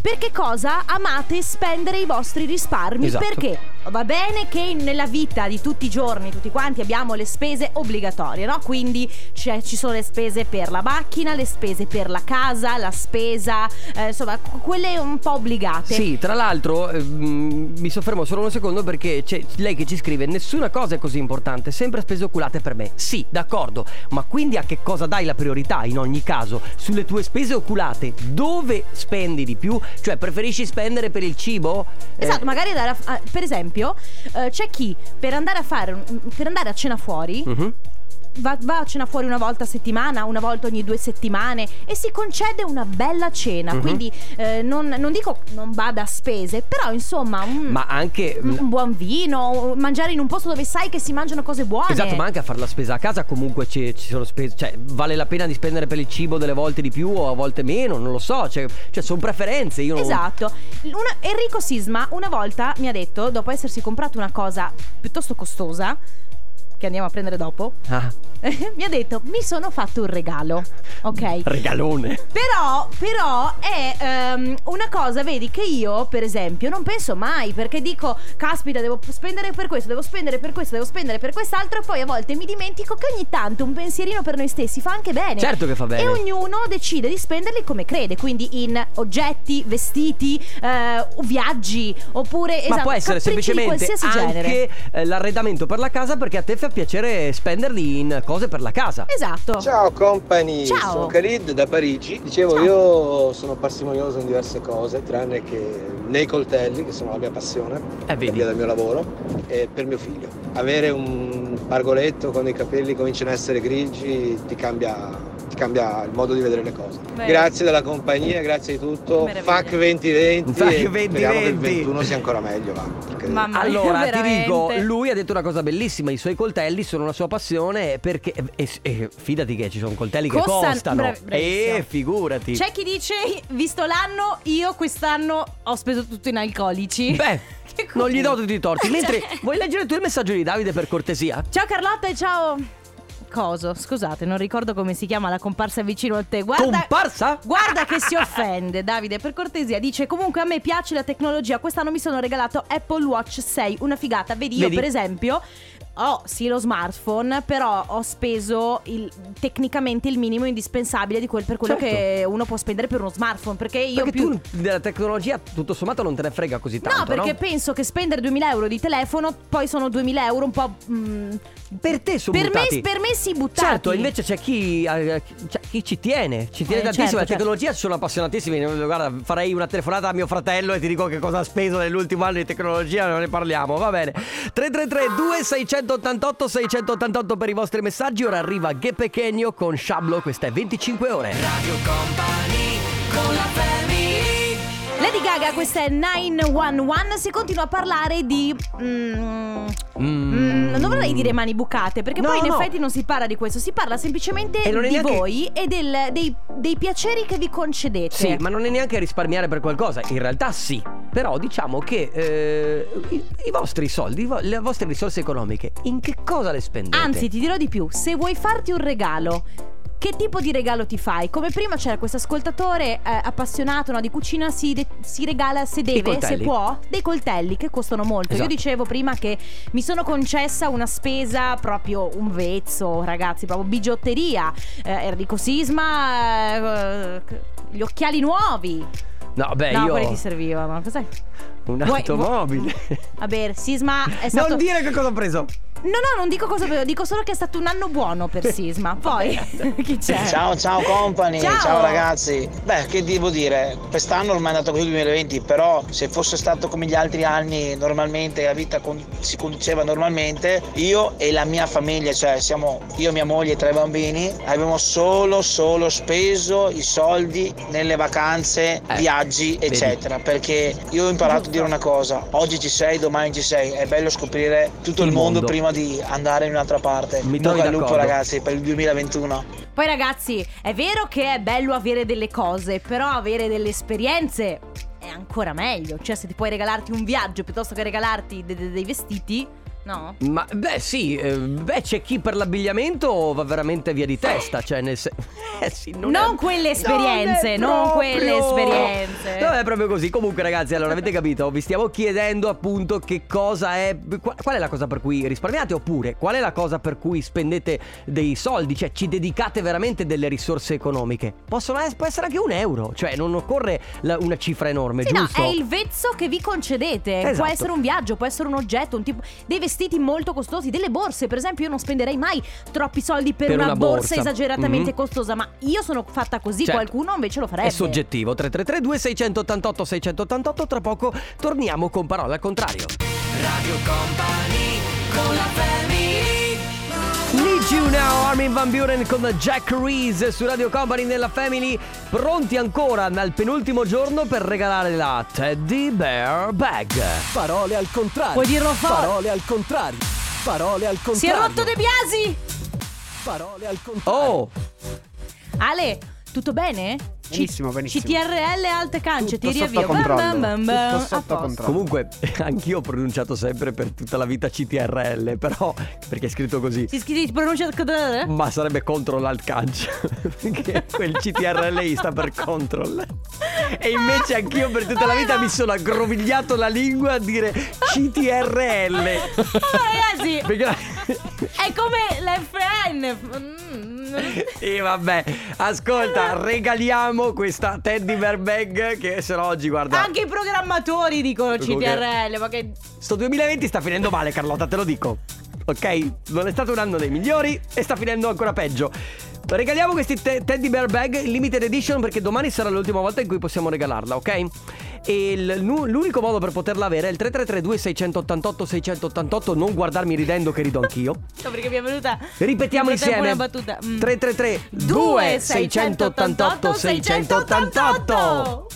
[SPEAKER 2] per che cosa amate spendere i vostri risparmi,
[SPEAKER 1] Esatto.
[SPEAKER 2] perché va bene che nella vita di tutti i giorni, tutti quanti abbiamo le spese obbligatorie, no? Quindi c'è- Cioè, ci sono le spese per la macchina, le spese per la casa, la spesa, eh, insomma, quelle un po' obbligate.
[SPEAKER 1] Sì, tra l'altro ehm, mi soffermo solo un secondo perché c'è lei che ci scrive Nessuna cosa è così importante, sempre spese oculate per me Sì, d'accordo, ma quindi a che cosa dai la priorità in ogni caso? Sulle tue spese oculate, dove spendi di più? Cioè preferisci spendere per il cibo? Eh,
[SPEAKER 2] Esatto, magari andare a f- a- per esempio, eh, c'è chi per andare a fare un- mm, per andare a cena fuori
[SPEAKER 1] mhm.
[SPEAKER 2] va, va a cena fuori una volta a settimana, una volta ogni due settimane e si concede una bella cena.
[SPEAKER 1] Mhm.
[SPEAKER 2] Quindi eh, non, non dico non bada a spese, però insomma un,
[SPEAKER 1] Ma anche... mm,
[SPEAKER 2] un- un buon vino, mangiare in un posto dove sai che si mangiano cose buone.
[SPEAKER 1] Esatto, ma anche a fare la spesa a casa comunque ci, ci sono spese, cioè vale la pena di spendere per il cibo delle volte di più o a volte meno, non lo so, cioè, cioè sono preferenze, io non...
[SPEAKER 2] Esatto. Una- Enrico Sisma una volta mi ha detto, dopo essersi comprato una cosa piuttosto costosa, che andiamo a prendere dopo,
[SPEAKER 1] Ah,
[SPEAKER 2] mi ha detto mi sono fatto un regalo, ok?
[SPEAKER 1] regalone.
[SPEAKER 2] Però, però è ehm, una cosa, vedi, che io, per esempio, non penso mai, perché dico, caspita, devo spendere per questo, devo spendere per questo, devo spendere per quest'altro, e poi a volte mi dimentico che ogni tanto un pensierino per noi stessi fa anche bene.
[SPEAKER 1] Certo che fa bene.
[SPEAKER 2] E ognuno decide di spenderli come crede, quindi in oggetti, vestiti, eh, viaggi, oppure...
[SPEAKER 1] Ma
[SPEAKER 2] esatto,
[SPEAKER 1] può essere
[SPEAKER 2] capricci di
[SPEAKER 1] semplicemente
[SPEAKER 2] qualsiasi genere.
[SPEAKER 1] anche eh, l'arredamento per la casa perché a te fa piacere spenderli in cose per la casa.
[SPEAKER 2] Esatto.
[SPEAKER 1] Cioè,
[SPEAKER 5] Ciao company,
[SPEAKER 2] Ciao.
[SPEAKER 5] sono Khalid da Parigi. Dicevo,
[SPEAKER 2] Ciao.
[SPEAKER 5] io sono parsimonioso in diverse cose, tranne che nei coltelli, che sono la mia passione,
[SPEAKER 1] Eh,
[SPEAKER 5] per
[SPEAKER 1] vedi.
[SPEAKER 5] via del mio lavoro, e per mio figlio. Avere un pargoletto quando i capelli cominciano a essere grigi ti cambia, ti cambia il modo di vedere le cose.
[SPEAKER 2] Bene.
[SPEAKER 5] Grazie della compagnia, grazie di tutto.
[SPEAKER 2] Meraviglia.
[SPEAKER 5] FAC 2020.
[SPEAKER 1] Fuck
[SPEAKER 5] e Speriamo che
[SPEAKER 1] 2020.
[SPEAKER 5] il 21 sia ancora meglio. Va, perché-
[SPEAKER 2] Mamma mia,
[SPEAKER 1] Allora, ti
[SPEAKER 2] Mm, veramente.
[SPEAKER 1] dico, lui ha detto una cosa bellissima, i suoi coltelli sono la sua passione perché... E, e- fidati che ci sono coltelli che
[SPEAKER 2] Costan-
[SPEAKER 1] costano.
[SPEAKER 2] bravi- bravissimo.
[SPEAKER 1] eh, figurati.
[SPEAKER 2] C'è chi dice, visto l'anno, io quest'anno ho speso tutto in alcolici.
[SPEAKER 1] Beh,
[SPEAKER 2] Che culo.
[SPEAKER 1] non gli do tutti i torti. Mentre
[SPEAKER 2] Cioè-
[SPEAKER 1] vuoi leggere tu il messaggio di Davide per cortesia?
[SPEAKER 2] Ciao Carlotta e ciao... Coso, scusate, non ricordo come si chiama la comparsa vicino a te. Guarda,
[SPEAKER 1] Comparsa? Ah,
[SPEAKER 2] Guarda che si offende, Davide, per cortesia. Dice: Comunque a me piace la tecnologia. Quest'anno mi sono regalato Apple Watch 6, una figata. Vedi,
[SPEAKER 1] Vedi?
[SPEAKER 2] io, per esempio. Ho sì lo smartphone, però ho speso il- tecnicamente il minimo indispensabile di quel, per quello
[SPEAKER 1] Certo.
[SPEAKER 2] che uno può spendere per uno smartphone. Perché io
[SPEAKER 1] Perché
[SPEAKER 2] più.
[SPEAKER 1] tu della tecnologia tutto sommato non te ne frega così tanto,
[SPEAKER 2] No, perché penso che spendere 2000 euro di telefono, poi sono 2000 euro un po'. mm,
[SPEAKER 1] Per te sono
[SPEAKER 2] per me,
[SPEAKER 1] buttati.
[SPEAKER 2] per me si buttati.
[SPEAKER 1] Certo, invece c'è chi, eh, c'è chi ci tiene, ci tiene
[SPEAKER 2] Eh,
[SPEAKER 1] tantissimo.
[SPEAKER 2] certo,
[SPEAKER 1] la
[SPEAKER 2] certo.
[SPEAKER 1] tecnologia ci sono appassionatissimi. Guarda, farei una telefonata a mio fratello e ti dico che cosa ha speso nell'ultimo anno di tecnologia, non ne parliamo, va bene. 333 2688 688 per i vostri messaggi. Ora arriva Ghe Pechegno con Shablo, questa è 25 ore.
[SPEAKER 2] Lady Gaga, questa è 911. Si continua a parlare di. mm, mm, non vorrei dire mani bucate, perché
[SPEAKER 1] No,
[SPEAKER 2] poi in
[SPEAKER 1] no.
[SPEAKER 2] effetti non si parla di questo, si parla semplicemente
[SPEAKER 1] E non è
[SPEAKER 2] di
[SPEAKER 1] neanche-
[SPEAKER 2] voi e del- dei, dei piaceri che vi concedete.
[SPEAKER 1] Sì, ma non è neanche risparmiare per qualcosa, in realtà sì. Però diciamo che eh, i, i vostri soldi, i vo- le vostre risorse economiche, in che cosa le spendete?
[SPEAKER 2] Anzi, ti dirò di più: se vuoi farti un regalo. Che tipo di regalo ti fai? Come prima c'era questo ascoltatore eh, appassionato no, di cucina, si, de- si regala se deve, se
[SPEAKER 1] coltelli.
[SPEAKER 2] può, dei coltelli che costano molto.
[SPEAKER 1] Esatto.
[SPEAKER 2] Io dicevo prima che mi sono concessa una spesa proprio un vezzo, ragazzi, proprio bigiotteria, eh, Enrico Sisma, eh, gli occhiali nuovi.
[SPEAKER 1] no, beh,
[SPEAKER 2] no, quelli
[SPEAKER 1] Eh, io.
[SPEAKER 2] ti servivano, ma cos'è?
[SPEAKER 1] Un'automobile.
[SPEAKER 2] Vabbè, Sisma è stato...
[SPEAKER 1] Non dire che cosa ho preso.
[SPEAKER 2] No, no, non dico cosa avevo, dico solo che è stato un anno buono per Sisma. Poi chi c'è?
[SPEAKER 8] Ciao ciao company,
[SPEAKER 2] Ciao.
[SPEAKER 8] ciao. ragazzi. Beh, che devo dire, quest'anno ormai è andato così il 2020, però se fosse stato come gli altri anni normalmente la vita con- si conduceva normalmente, io e la mia famiglia, cioè siamo io, mia moglie e tre bambini, abbiamo solo solo speso i soldi nelle vacanze,
[SPEAKER 1] Eh,
[SPEAKER 8] viaggi,
[SPEAKER 1] vedi.
[SPEAKER 8] eccetera, perché io ho imparato a dire una cosa, oggi ci sei, domani ci sei, è bello scoprire tutto
[SPEAKER 1] Il
[SPEAKER 8] il, mondo,
[SPEAKER 1] mondo.
[SPEAKER 8] prima di andare in un'altra parte.
[SPEAKER 1] Mi
[SPEAKER 8] Bocca
[SPEAKER 1] trovi
[SPEAKER 8] al lupo
[SPEAKER 1] d'accordo.
[SPEAKER 8] ragazzi per il 2021.
[SPEAKER 2] Poi ragazzi, è vero che è bello avere delle cose, però avere delle esperienze è ancora meglio. Cioè, se ti puoi regalarti un viaggio piuttosto che regalarti de- de- dei vestiti, no?
[SPEAKER 1] Ma beh, sì, eh, beh, c'è chi per l'abbigliamento va veramente via di testa. Cioè, nel se- Eh sì, non,
[SPEAKER 2] Non
[SPEAKER 1] è-
[SPEAKER 2] quelle
[SPEAKER 1] è
[SPEAKER 2] esperienze, non quelle esperienze.
[SPEAKER 1] No, è proprio così. Comunque, ragazzi, allora avete capito, vi stiamo chiedendo appunto che cosa è. qua- Qual è la cosa per cui risparmiate? Oppure qual è la cosa per cui spendete dei soldi? Cioè, ci dedicate veramente delle risorse economiche? Possono es- può essere anche un euro. Cioè, non occorre la- una cifra enorme,
[SPEAKER 2] Sì,
[SPEAKER 1] giusto?
[SPEAKER 2] no, è il vezzo che vi concedete. Può
[SPEAKER 1] Esatto.
[SPEAKER 2] essere un viaggio, può essere un oggetto, un tipo, dei vestiti molto costosi, delle borse. Per esempio, io non spenderei mai troppi soldi per,
[SPEAKER 1] Per una
[SPEAKER 2] borsa,
[SPEAKER 1] borsa.
[SPEAKER 2] esageratamente
[SPEAKER 1] Mhm.
[SPEAKER 2] costosa. Ma io sono fatta così,
[SPEAKER 1] Certo.
[SPEAKER 2] qualcuno invece lo farebbe.
[SPEAKER 1] È soggettivo 3332 688 688 Tra poco torniamo con parole al contrario Radio Company con la Need you now Armin Van Buren con Jack Reese su Radio Company nella Family Pronti ancora al penultimo giorno per regalare la Teddy Bear Bag
[SPEAKER 7] Parole al contrario.
[SPEAKER 2] Puoi dirlo forte.
[SPEAKER 7] Parole al contrario. Parole al contrario.
[SPEAKER 2] Si è rotto De Biasi!
[SPEAKER 7] Parole al contrario.
[SPEAKER 1] Oh
[SPEAKER 2] Ale, tutto bene? C-
[SPEAKER 9] Benissimo, benissimo.
[SPEAKER 2] CTRL alte cance,
[SPEAKER 9] Tutto
[SPEAKER 2] ti
[SPEAKER 9] sotto
[SPEAKER 2] riavvio. Bam,
[SPEAKER 9] controllo.
[SPEAKER 2] bam, bam, bam.
[SPEAKER 9] Tutto
[SPEAKER 2] A
[SPEAKER 9] sotto
[SPEAKER 2] posto.
[SPEAKER 9] controllo.
[SPEAKER 1] Comunque anch'io ho pronunciato sempre per tutta la vita CTRL Però perché è scritto così
[SPEAKER 2] Si scrive, si pronuncia CTRL?
[SPEAKER 1] Ma sarebbe control alt canc Perché quel CTRL sta per control E invece anch'io per tutta la vita mi sono aggrovigliato la lingua a dire CTRL
[SPEAKER 2] Ragazzi,
[SPEAKER 1] Perché...
[SPEAKER 2] Oh, eh, è come l'FN. Mm.
[SPEAKER 1] E vabbè Ascolta regaliamo questa teddy bear bag Che se no oggi guarda
[SPEAKER 2] Anche i programmatori dicono
[SPEAKER 1] Dico che-
[SPEAKER 2] CTRL, ma che
[SPEAKER 1] Sto 2020 sta finendo male Carlotta te lo dico ok? Non è stato un anno dei migliori e sta finendo ancora peggio. Regaliamo questi te- Teddy Bear Bag Limited Edition perché domani sarà l'ultima volta in cui possiamo regalarla, ok? E il- nu- l'unico modo per poterla avere è il 3332 688 688, non guardarmi ridendo che rido anch'io.
[SPEAKER 2] No, perché mi è venuta.
[SPEAKER 1] Ripetiamo
[SPEAKER 2] nel frattempo
[SPEAKER 1] insieme.
[SPEAKER 2] Una battuta. Mm.
[SPEAKER 1] 333
[SPEAKER 2] 2
[SPEAKER 1] 688 688.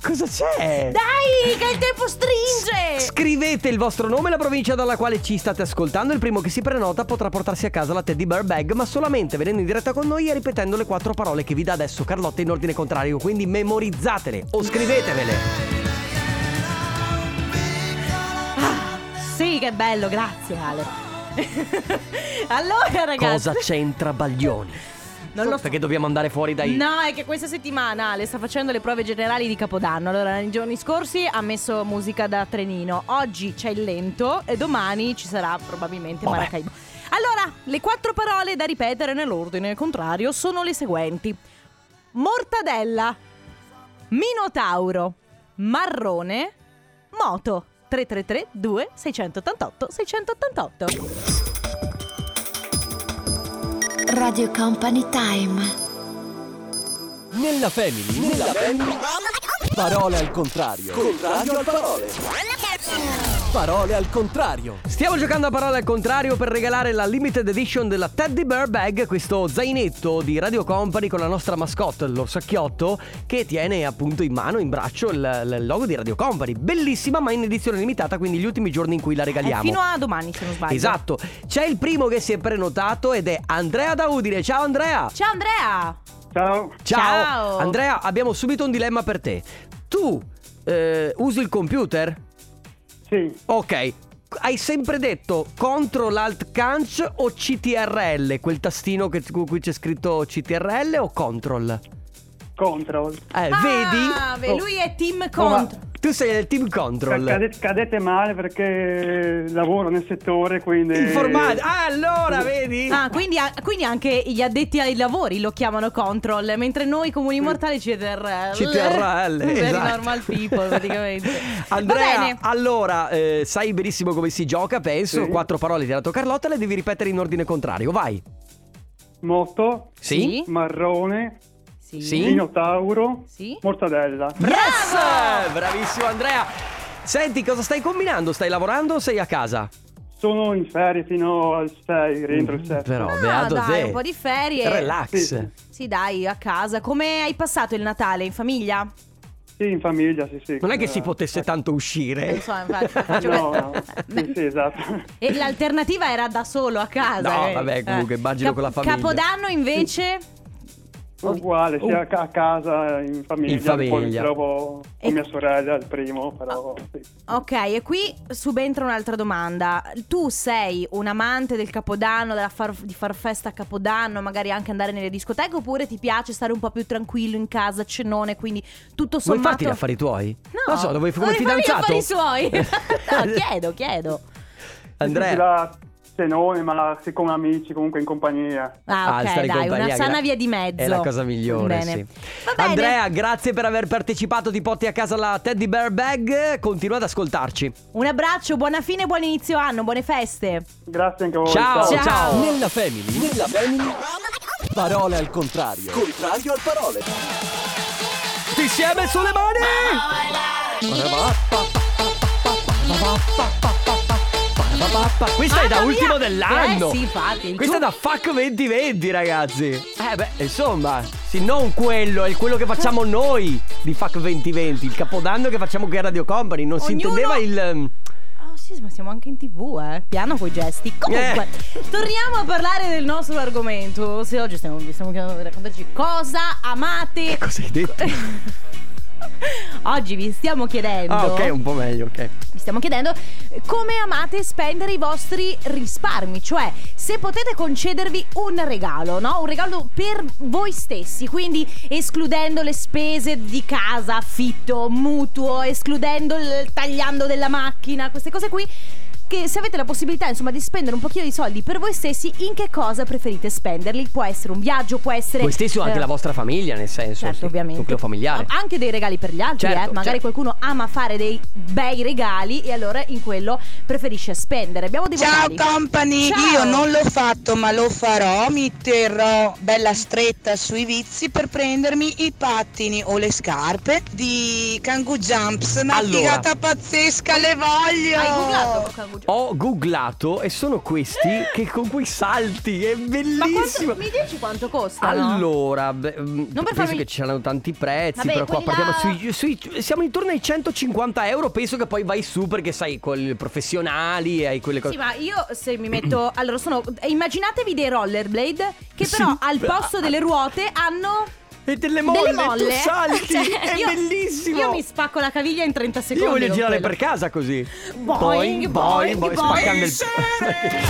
[SPEAKER 1] Cosa c'è?
[SPEAKER 2] Dai, che il tempo stringe.
[SPEAKER 1] Scrivete il vostro nome e la provincia dalla quale ci state ascoltando. Il primo che si prenota potrà portarsi a casa la Teddy Bear Bag, ma solamente venendo in diretta con noi e ripetendo le quattro parole che vi dà adesso Carlotta in ordine contrario. Quindi memorizzatele o scrivetevele.
[SPEAKER 2] Sì, che bello, grazie Ale. allora, ragazzi.
[SPEAKER 1] Cosa c'entra Baglioni?
[SPEAKER 2] Non lo so.
[SPEAKER 1] Perché dobbiamo andare fuori dai.
[SPEAKER 2] No, è che questa settimana Ale sta facendo le prove generali di Capodanno. Allora, nei giorni scorsi ha messo musica da trenino. Oggi c'è il lento e domani ci sarà probabilmente
[SPEAKER 1] Vabbè.
[SPEAKER 2] Maracaibo. Allora, le quattro parole da ripetere nell'ordine contrario sono le seguenti: Mortadella, Minotauro, Marrone, Moto. 333 2688 688
[SPEAKER 9] Radio Company Time.
[SPEAKER 7] Nella family, nella family. Parole al contrario. Contrario al parole. Parole al contrario.
[SPEAKER 1] Stiamo giocando a parole al contrario per regalare la limited edition della Teddy Bear Bag, questo zainetto di Radio Company con la nostra mascotte, lo sacchiotto, che tiene appunto in mano, in braccio, il, il logo di Radio Company. Bellissima, ma in edizione limitata, quindi gli ultimi giorni in cui la
[SPEAKER 2] Eh,
[SPEAKER 1] regaliamo.
[SPEAKER 2] Fino a domani se non sbaglio
[SPEAKER 1] Esatto, c'è il primo che si è prenotato ed è Andrea da Udine. Ciao Andrea!
[SPEAKER 2] Ciao Andrea
[SPEAKER 10] Ciao,
[SPEAKER 2] Ciao.
[SPEAKER 1] Andrea, abbiamo subito un dilemma per te. Tu eh, usi il computer?
[SPEAKER 10] sì,
[SPEAKER 1] Ok. Hai sempre detto CTRL ALT CANC o CTRL? Quel tastino che, con cui c'è scritto CTRL o CTRL?
[SPEAKER 10] control.
[SPEAKER 1] Eh,
[SPEAKER 2] Ah,
[SPEAKER 1] vedi?
[SPEAKER 2] beh, lui è team
[SPEAKER 10] Oh, ma-
[SPEAKER 2] contro.
[SPEAKER 1] Tu sei del team CTRL.
[SPEAKER 10] Cioè, Cade- cadete male perché lavoro nel settore, quindi...
[SPEAKER 1] Informatica. Ah, allora, vedi?
[SPEAKER 2] Ah, quindi, quindi anche gli addetti ai lavori lo chiamano control, mentre noi comuni mortali CTRL.
[SPEAKER 1] CTRL,
[SPEAKER 2] Very
[SPEAKER 1] esatto.
[SPEAKER 2] normal people, praticamente.
[SPEAKER 1] Andrea, ah,
[SPEAKER 2] Va bene.
[SPEAKER 1] allora, eh, sai benissimo come si gioca, penso.
[SPEAKER 10] Sì.
[SPEAKER 1] Quattro parole ti ha dato Carlotta, le devi ripetere in ordine contrario. Vai.
[SPEAKER 10] Moto,
[SPEAKER 2] Sì?
[SPEAKER 10] marrone,
[SPEAKER 2] Sì.
[SPEAKER 1] Sì.
[SPEAKER 10] minotauro,
[SPEAKER 2] Sì.
[SPEAKER 10] mortadella.
[SPEAKER 1] Bravo! Bravissimo, Andrea. Senti, cosa stai combinando? Stai lavorando o sei a casa?
[SPEAKER 10] Sono in ferie fino al 6, rientro il 7.
[SPEAKER 1] Mm, Però,
[SPEAKER 2] Ah,
[SPEAKER 1] beato
[SPEAKER 2] dai,
[SPEAKER 1] te.
[SPEAKER 2] un po' di ferie.
[SPEAKER 1] Relax.
[SPEAKER 10] Sì.
[SPEAKER 2] Sì, dai, a casa. Come hai passato il Natale in famiglia?
[SPEAKER 10] Sì, in famiglia, sì, sì.
[SPEAKER 1] Non è che
[SPEAKER 10] Eh,
[SPEAKER 1] si potesse tanto uscire.
[SPEAKER 2] Non so, infatti, faccio-
[SPEAKER 10] No, no. sì, sì, esatto.
[SPEAKER 2] E l'alternativa era da solo a casa.
[SPEAKER 1] No,
[SPEAKER 2] eh.
[SPEAKER 1] vabbè, comunque,
[SPEAKER 2] Eh.
[SPEAKER 1] immagino con la famiglia.
[SPEAKER 2] Capodanno invece
[SPEAKER 10] Uguale, sia a ca- a casa, in
[SPEAKER 1] Oh.
[SPEAKER 10] famiglia.
[SPEAKER 1] In famiglia.
[SPEAKER 10] Poi mi trovo
[SPEAKER 2] E-
[SPEAKER 10] con mia sorella, il primo, però... Sì.
[SPEAKER 2] Ok, e qui subentra un'altra domanda. Tu sei un amante del Capodanno, della far- di far festa a Capodanno, magari anche andare nelle discoteche, oppure ti piace stare un po' più tranquillo in casa, cenone, quindi tutto
[SPEAKER 1] Vuoi
[SPEAKER 2] sommato...
[SPEAKER 1] farti gli affari tuoi?
[SPEAKER 2] No,
[SPEAKER 1] Non so, dove come
[SPEAKER 2] vuoi farmi gli
[SPEAKER 1] fidanzato?
[SPEAKER 2] affari suoi? no, chiedo, chiedo.
[SPEAKER 10] Sì,
[SPEAKER 1] Andrea,
[SPEAKER 10] la- Se no, ma sì, con amici, comunque in compagnia.
[SPEAKER 1] Ah,
[SPEAKER 2] Ah, ok,
[SPEAKER 1] stare in
[SPEAKER 2] dai,
[SPEAKER 1] compagnia,
[SPEAKER 2] una sana
[SPEAKER 1] gra-
[SPEAKER 2] via di mezzo.
[SPEAKER 1] è la cosa migliore,
[SPEAKER 2] Bene.
[SPEAKER 1] sì.
[SPEAKER 2] Va bene.
[SPEAKER 1] Andrea, grazie per aver partecipato. Ti porti a casa la Teddy Bear Bag. Continua ad ascoltarci.
[SPEAKER 2] un abbraccio, buona fine, buon inizio anno, buone feste.
[SPEAKER 10] Grazie anche a voi.
[SPEAKER 1] Ciao, ciao.
[SPEAKER 7] Nella family, nella family. Parole al contrario. Contrario al parole.
[SPEAKER 1] Insieme sulle mani! Questa è da
[SPEAKER 2] Mamma Ah, mia!
[SPEAKER 1] ultimo dell'anno.
[SPEAKER 2] Eh sì, infatti, il
[SPEAKER 1] Questa è da FAC 2020, ragazzi. Eh beh, insomma, sì, non quello, è quello che facciamo noi di FAC 2020, il capodanno che facciamo qui a Radio Company. Non si
[SPEAKER 2] Ognuno-
[SPEAKER 1] intendeva il. ehm,
[SPEAKER 2] Ah sì, ma siamo anche in tv, eh. Piano coi gesti. Comunque, torniamo a parlare del nostro argomento. Se oggi stiamo, vi stiamo chiedendo di raccontarci cosa amate.
[SPEAKER 1] Cosa hai detto?
[SPEAKER 2] Oggi vi stiamo chiedendo.
[SPEAKER 1] Ah, ok, un po' meglio, ok.
[SPEAKER 2] Vi stiamo chiedendo come amate spendere i vostri risparmi, cioè se potete concedervi un regalo, no? Un regalo per voi stessi, quindi escludendo le spese di casa, affitto, mutuo, escludendo il tagliando della macchina, queste cose qui. che se avete la possibilità insomma di spendere un pochino di soldi per voi stessi, in che cosa preferite spenderli? Può essere un viaggio, può essere...
[SPEAKER 1] Voi stesso anche
[SPEAKER 2] eh,
[SPEAKER 1] la vostra famiglia, nel senso.
[SPEAKER 2] Certo,
[SPEAKER 1] sì,
[SPEAKER 2] ovviamente. Ah,
[SPEAKER 1] Nucleo familiare.
[SPEAKER 2] Ma Anche dei regali per gli altri,
[SPEAKER 1] Certo,
[SPEAKER 2] eh. Magari
[SPEAKER 1] certo.
[SPEAKER 2] qualcuno ama fare dei bei regali e allora in quello preferisce spendere. Abbiamo dei
[SPEAKER 6] Ciao
[SPEAKER 2] vocali.
[SPEAKER 6] company,
[SPEAKER 2] Ciao.
[SPEAKER 6] io non l'ho fatto ma lo farò, mi terrò bella stretta sui vizi per prendermi i pattini o le scarpe di Kangoo Jumps, una
[SPEAKER 1] Allora.
[SPEAKER 6] figata pazzesca, le voglio!
[SPEAKER 2] Hai googlato Kangoo Jumps?
[SPEAKER 1] Ho googlato e sono questi che con cui salti. È
[SPEAKER 2] Ma
[SPEAKER 1] bellissimo.
[SPEAKER 2] quanto, mi dici quanto costa?
[SPEAKER 1] Allora, beh,
[SPEAKER 2] Ah,
[SPEAKER 1] mm,
[SPEAKER 2] per
[SPEAKER 1] penso
[SPEAKER 2] farmi-
[SPEAKER 1] che ci saranno tanti prezzi,
[SPEAKER 2] Vabbè,
[SPEAKER 1] però qua
[SPEAKER 2] quelli
[SPEAKER 1] partiamo
[SPEAKER 2] là-
[SPEAKER 1] sui, sui- Siamo intorno ai 150 euro, penso che poi vai su perché sai, con i professionali e hai quelle cose...
[SPEAKER 2] Sì, ma io se mi metto. Allora, sono. Immaginatevi dei rollerblade che
[SPEAKER 1] Sì.
[SPEAKER 2] però al posto delle ruote hanno.
[SPEAKER 1] E delle molle,
[SPEAKER 2] Delle
[SPEAKER 1] tu
[SPEAKER 2] molle
[SPEAKER 1] salti,
[SPEAKER 2] Cioè,
[SPEAKER 1] è
[SPEAKER 2] io-
[SPEAKER 1] bellissimo!
[SPEAKER 2] Io mi spacco la caviglia in 30 secondi
[SPEAKER 1] Io voglio
[SPEAKER 2] con
[SPEAKER 1] girare per
[SPEAKER 2] quello.
[SPEAKER 1] casa così.
[SPEAKER 2] Boing, boing, boing.
[SPEAKER 1] spaccando il...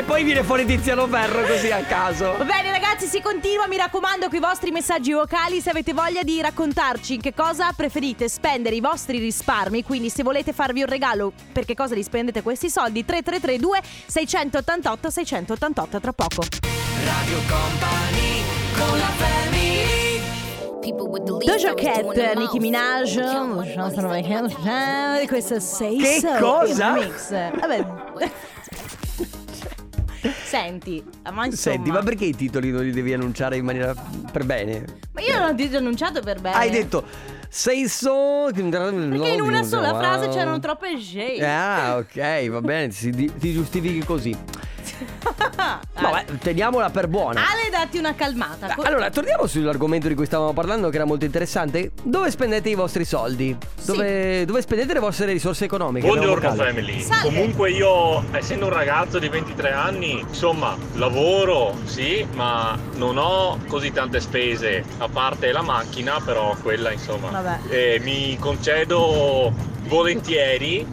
[SPEAKER 1] e poi viene fuori Tiziano Ferro così a
[SPEAKER 2] Va
[SPEAKER 1] caso.
[SPEAKER 2] bene ragazzi, si continua, mi raccomando, con i vostri messaggi vocali se avete voglia di raccontarci in che cosa preferite spendere i vostri risparmi, quindi se volete farvi un regalo, per che cosa li spendete questi soldi? 3332 688 688 tra poco. Doja Cat, Nicki Minaj, eh, questo sei
[SPEAKER 1] Che
[SPEAKER 2] so
[SPEAKER 1] cosa?
[SPEAKER 2] in mix. Vabbè. Senti, ma insomma,
[SPEAKER 1] Senti, ma perché i titoli non li devi annunciare in maniera per bene?
[SPEAKER 2] ma io non ti ho annunciato per bene.
[SPEAKER 1] Hai detto sei so
[SPEAKER 2] Eh. Perché
[SPEAKER 1] Perché
[SPEAKER 2] in una sola frase c'erano troppe J.
[SPEAKER 1] Ah, ok, va bene, si- ti, giustifichi così. Vabbè, teniamola per buona.
[SPEAKER 2] Ale, datti una calmata. Ah, Co-
[SPEAKER 1] Allora, torniamo sull'argomento di cui stavamo parlando, che era molto interessante. Dove spendete i vostri soldi? Dove, dove spendete le vostre risorse economiche?
[SPEAKER 11] Buongiorno
[SPEAKER 1] Abbiamo vocale.
[SPEAKER 11] family.
[SPEAKER 2] Salve.
[SPEAKER 11] Comunque io, essendo un ragazzo di 23 anni, insomma, lavoro, sì, ma non ho così tante spese, a parte la macchina, però quella, insomma.
[SPEAKER 2] Vabbè.
[SPEAKER 11] E mi concedo volentieri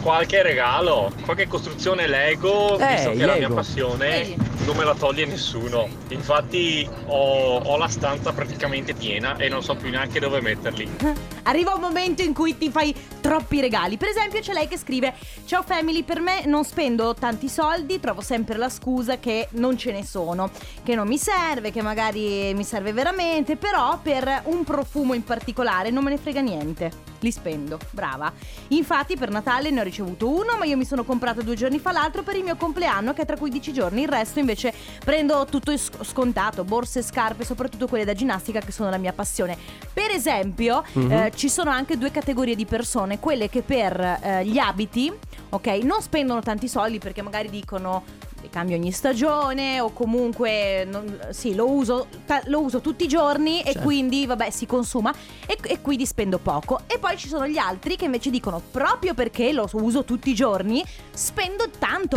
[SPEAKER 11] qualche regalo, qualche costruzione Lego,
[SPEAKER 1] Eh,
[SPEAKER 11] visto che è la mia
[SPEAKER 1] Lego.
[SPEAKER 11] passione
[SPEAKER 2] Vedi.
[SPEAKER 11] non me la toglie nessuno. Infatti ho- ho la stanza praticamente piena e non so più neanche dove metterli.
[SPEAKER 2] Arriva un momento in cui ti fai troppi regali. Per esempio, c'è lei che scrive: Ciao family, per me non spendo tanti soldi, trovo sempre la scusa che non ce ne sono, che non mi serve, che magari mi serve veramente. Però per un profumo in particolare non me ne frega niente. Li spendo, brava. Infatti, per Natale ne ho ricevuto uno, ma io mi sono comprato due giorni fa l'altro per il mio compleanno, che è tra 15 giorni. Il resto invece prendo tutto in sc- scontato: borse, scarpe, soprattutto quelle da ginnastica, che sono la mia passione. Per esempio,
[SPEAKER 1] Mhm.
[SPEAKER 2] eh, ci sono anche due categorie di persone, quelle che per eh, gli abiti, ok, non spendono tanti soldi perché magari dicono "Li cambio ogni stagione o comunque non- sì, lo uso, ta- lo uso tutti i giorni e
[SPEAKER 1] Certo.
[SPEAKER 2] quindi vabbè si consuma e, e quindi spendo poco. E poi ci sono gli altri che invece dicono proprio perché lo uso tutti i giorni spendo tanto,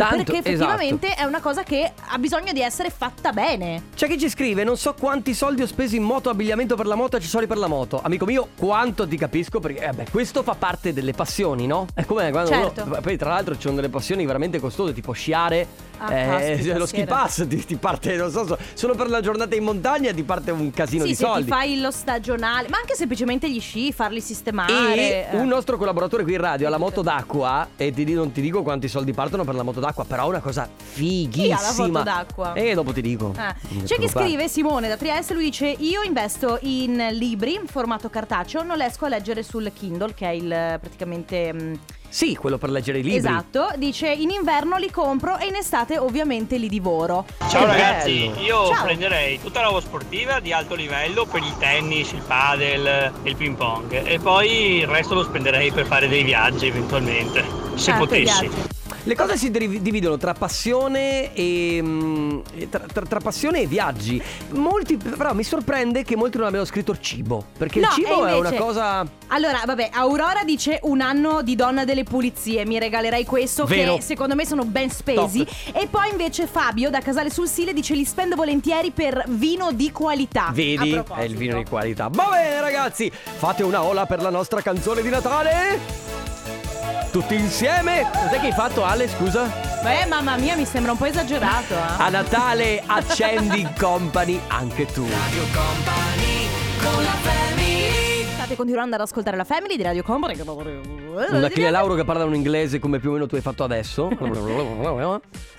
[SPEAKER 1] Tanto, esatto.
[SPEAKER 2] perché effettivamente è una cosa che ha bisogno di essere fatta bene.
[SPEAKER 1] C'è chi ci scrive: Non so quanti soldi ho speso in moto, abbigliamento per la moto, accessori per la moto. Amico mio, quanto ti capisco? Perché eh beh, questo fa parte delle passioni, no? È come quando
[SPEAKER 2] Certo.
[SPEAKER 1] uno- Poi, tra l'altro, ci sono delle passioni veramente costose, tipo sciare. eh,
[SPEAKER 2] Ah, caspita,
[SPEAKER 1] lo ski
[SPEAKER 2] sera.
[SPEAKER 1] pass ti, ti parte, non so, so- solo per la giornata in montagna ti parte un casino
[SPEAKER 2] sì,
[SPEAKER 1] di
[SPEAKER 2] se
[SPEAKER 1] soldi.
[SPEAKER 2] ti fai lo stagionale, ma anche semplicemente gli sci, farli sistemare.
[SPEAKER 1] E
[SPEAKER 2] eh.
[SPEAKER 1] un nostro collaboratore qui in radio ha la moto d'acqua e ti di- non ti dico quanti soldi partono per la moto d'acqua, però è una cosa fighissima.
[SPEAKER 2] Chi ha la foto d'acqua?
[SPEAKER 1] E dopo ti dico.
[SPEAKER 2] Ah.
[SPEAKER 1] Non ti
[SPEAKER 2] C'è chi
[SPEAKER 1] preoccupare.
[SPEAKER 2] scrive Simone da Trieste, lui dice io investo in libri in formato cartaceo, non riesco a leggere sul Kindle che è il eh, praticamente... mm,
[SPEAKER 1] Sì, quello per leggere i libri.
[SPEAKER 2] Esatto, dice in inverno li compro e in estate ovviamente li divoro.
[SPEAKER 12] Ciao
[SPEAKER 1] Che
[SPEAKER 12] ragazzi,
[SPEAKER 1] bello.
[SPEAKER 12] io
[SPEAKER 2] Ciao.
[SPEAKER 12] prenderei tutta la roba sportiva di alto livello per il tennis, il padel e il ping pong e poi il resto lo spenderei per fare dei viaggi eventualmente, se
[SPEAKER 2] Ah, per
[SPEAKER 12] potessi.
[SPEAKER 2] viaggi.
[SPEAKER 1] Le cose si dri- dividono tra passione e. mm, e tra, tra- tra passione e viaggi. Molti, però mi sorprende che molti non abbiano scritto cibo. Perché
[SPEAKER 2] No,
[SPEAKER 1] il cibo
[SPEAKER 2] e
[SPEAKER 1] è una
[SPEAKER 2] invece-
[SPEAKER 1] cosa.
[SPEAKER 2] Allora, vabbè, Aurora dice un anno di donna delle pulizie, mi regalerei questo
[SPEAKER 1] Vero.
[SPEAKER 2] che secondo me sono ben spesi. E poi invece Fabio da Casale sul Sile dice li spendo volentieri per vino di qualità. Ah,
[SPEAKER 1] Vedi?
[SPEAKER 2] A
[SPEAKER 1] È il vino di
[SPEAKER 2] proposito.
[SPEAKER 1] qualità. Va bene, ragazzi, fate una ola per la nostra canzone di Natale. Tutti insieme? Cos'è che hai fatto, Ale? Scusa?
[SPEAKER 2] Beh, eh, mamma mia, mi sembra un po' esagerato. eh.
[SPEAKER 1] A Natale accendi Company anche tu.
[SPEAKER 3] Radio Company con la family.
[SPEAKER 2] State continuando ad ascoltare la Family di Radio Company.
[SPEAKER 1] Una Clea Lauro che parla un inglese come più o meno tu hai fatto adesso.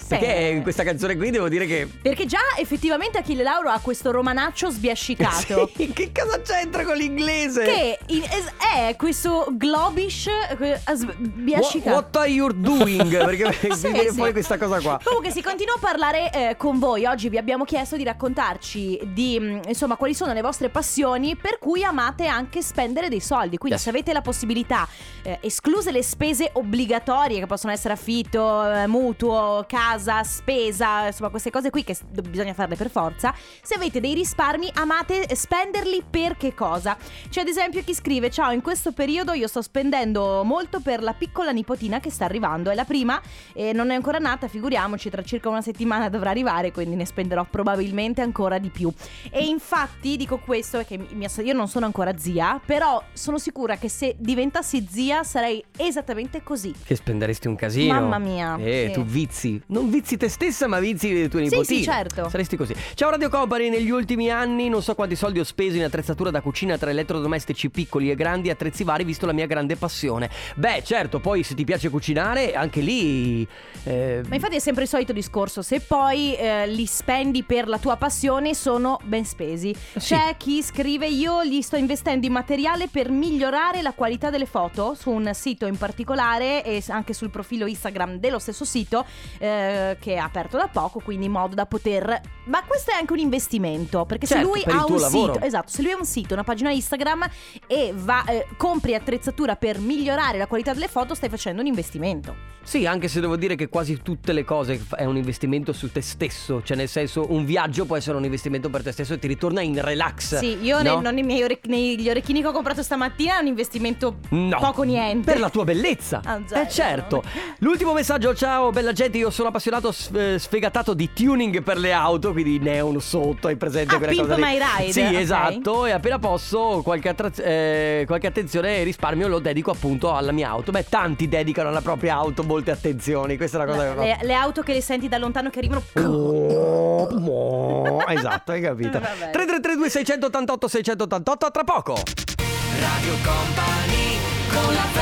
[SPEAKER 1] Perché in questa canzone qui devo dire che.
[SPEAKER 2] Perché già effettivamente Achille Lauro ha questo romanaccio sbiascicato.
[SPEAKER 1] Eh, Sì, che cosa c'entra con l'inglese?
[SPEAKER 2] Che in- es- è questo globish eh,
[SPEAKER 1] What,
[SPEAKER 2] sbiascicato.
[SPEAKER 1] what are you doing? Perché mi
[SPEAKER 2] Sì,
[SPEAKER 1] viene
[SPEAKER 2] sì.
[SPEAKER 1] fuori questa cosa qua.
[SPEAKER 2] Comunque si continua a parlare eh, con voi. Oggi vi abbiamo chiesto di raccontarci di mh, insomma quali sono le vostre passioni per cui amate anche spendere dei soldi. Quindi
[SPEAKER 1] Yes.
[SPEAKER 2] se avete la possibilità, eh, escluse le spese obbligatorie che possono essere affitto, eh, mutuo, casa, spesa, insomma queste cose qui che s- bisogna farle per forza. Se avete dei risparmi, amate spenderli per che cosa? C'è ad esempio chi scrive: Ciao, in questo periodo io sto spendendo molto per la piccola nipotina che sta arrivando. È la prima e non è ancora nata, figuriamoci, tra circa una settimana dovrà arrivare, quindi ne spenderò probabilmente ancora di più. E infatti dico questo: è che mi- mia so- io non sono ancora zia, però sono sicura che se diventassi zia sarei esattamente così.
[SPEAKER 1] Che spenderesti un casino.
[SPEAKER 2] Mamma mia,
[SPEAKER 1] Eh,
[SPEAKER 2] sì.
[SPEAKER 1] tu vizi. Non vizi te stessa, ma vizi le tue
[SPEAKER 2] Sì,
[SPEAKER 1] nipotine.
[SPEAKER 2] sì, certo.
[SPEAKER 1] Saresti così. Ciao Radio Company, negli ultimi anni non so quanti soldi ho speso in attrezzatura da cucina tra elettrodomestici piccoli e grandi, attrezzi vari, visto la mia grande passione. Beh, certo, poi se ti piace cucinare, anche lì... eh,
[SPEAKER 2] Ma infatti è sempre il solito discorso, se poi eh, li spendi per la tua passione sono ben spesi.
[SPEAKER 1] Sì.
[SPEAKER 2] C'è chi scrive io gli sto investendo in materiale per migliorare la qualità delle foto su un sito in particolare e s- anche sul profilo Instagram dello stesso sito eh, che è aperto da poco, quindi in modo da poter... Ma questo è anche un investimento, perché se
[SPEAKER 1] Certo,
[SPEAKER 2] lui
[SPEAKER 1] per il
[SPEAKER 2] ha
[SPEAKER 1] tuo
[SPEAKER 2] un
[SPEAKER 1] lavoro.
[SPEAKER 2] sito, esatto, se lui ha un sito, una pagina Instagram e va, eh, compri attrezzatura per migliorare la qualità delle foto, stai facendo un investimento.
[SPEAKER 1] Sì, anche se devo dire che quasi tutte le cose f- è un investimento su te stesso, cioè nel senso un viaggio può essere un investimento per te stesso e ti ritorna in relax.
[SPEAKER 2] Sì, io
[SPEAKER 1] Cioè, no?
[SPEAKER 2] ne- non i miei orec- negli orecchini che ho comprato stamattina è un investimento
[SPEAKER 1] No.
[SPEAKER 2] poco niente.
[SPEAKER 1] Per la tua bellezza.
[SPEAKER 2] Ah, già,
[SPEAKER 1] eh certo. L'ultimo messaggio, ciao bella gente, io sono appassionato s- eh, sfegatato di tuning per le auto, quindi neon sotto, hai presente
[SPEAKER 2] Ah,
[SPEAKER 1] quella cosa
[SPEAKER 2] Pimp
[SPEAKER 1] lì?
[SPEAKER 2] My Ride,
[SPEAKER 1] Sì,
[SPEAKER 2] ok.
[SPEAKER 1] esatto, e appena posso qualche, attra- eh, qualche attenzione e risparmio lo dedico appunto alla mia auto. Beh, tanti dedicano alla propria auto molte attenzioni, questa è una cosa che... Uh,
[SPEAKER 2] Le, le auto che le senti da lontano che arrivano.
[SPEAKER 1] Oh, esatto, hai capito.
[SPEAKER 2] Vabbè.
[SPEAKER 1] 3332 688 688 tra poco. Radio Company con la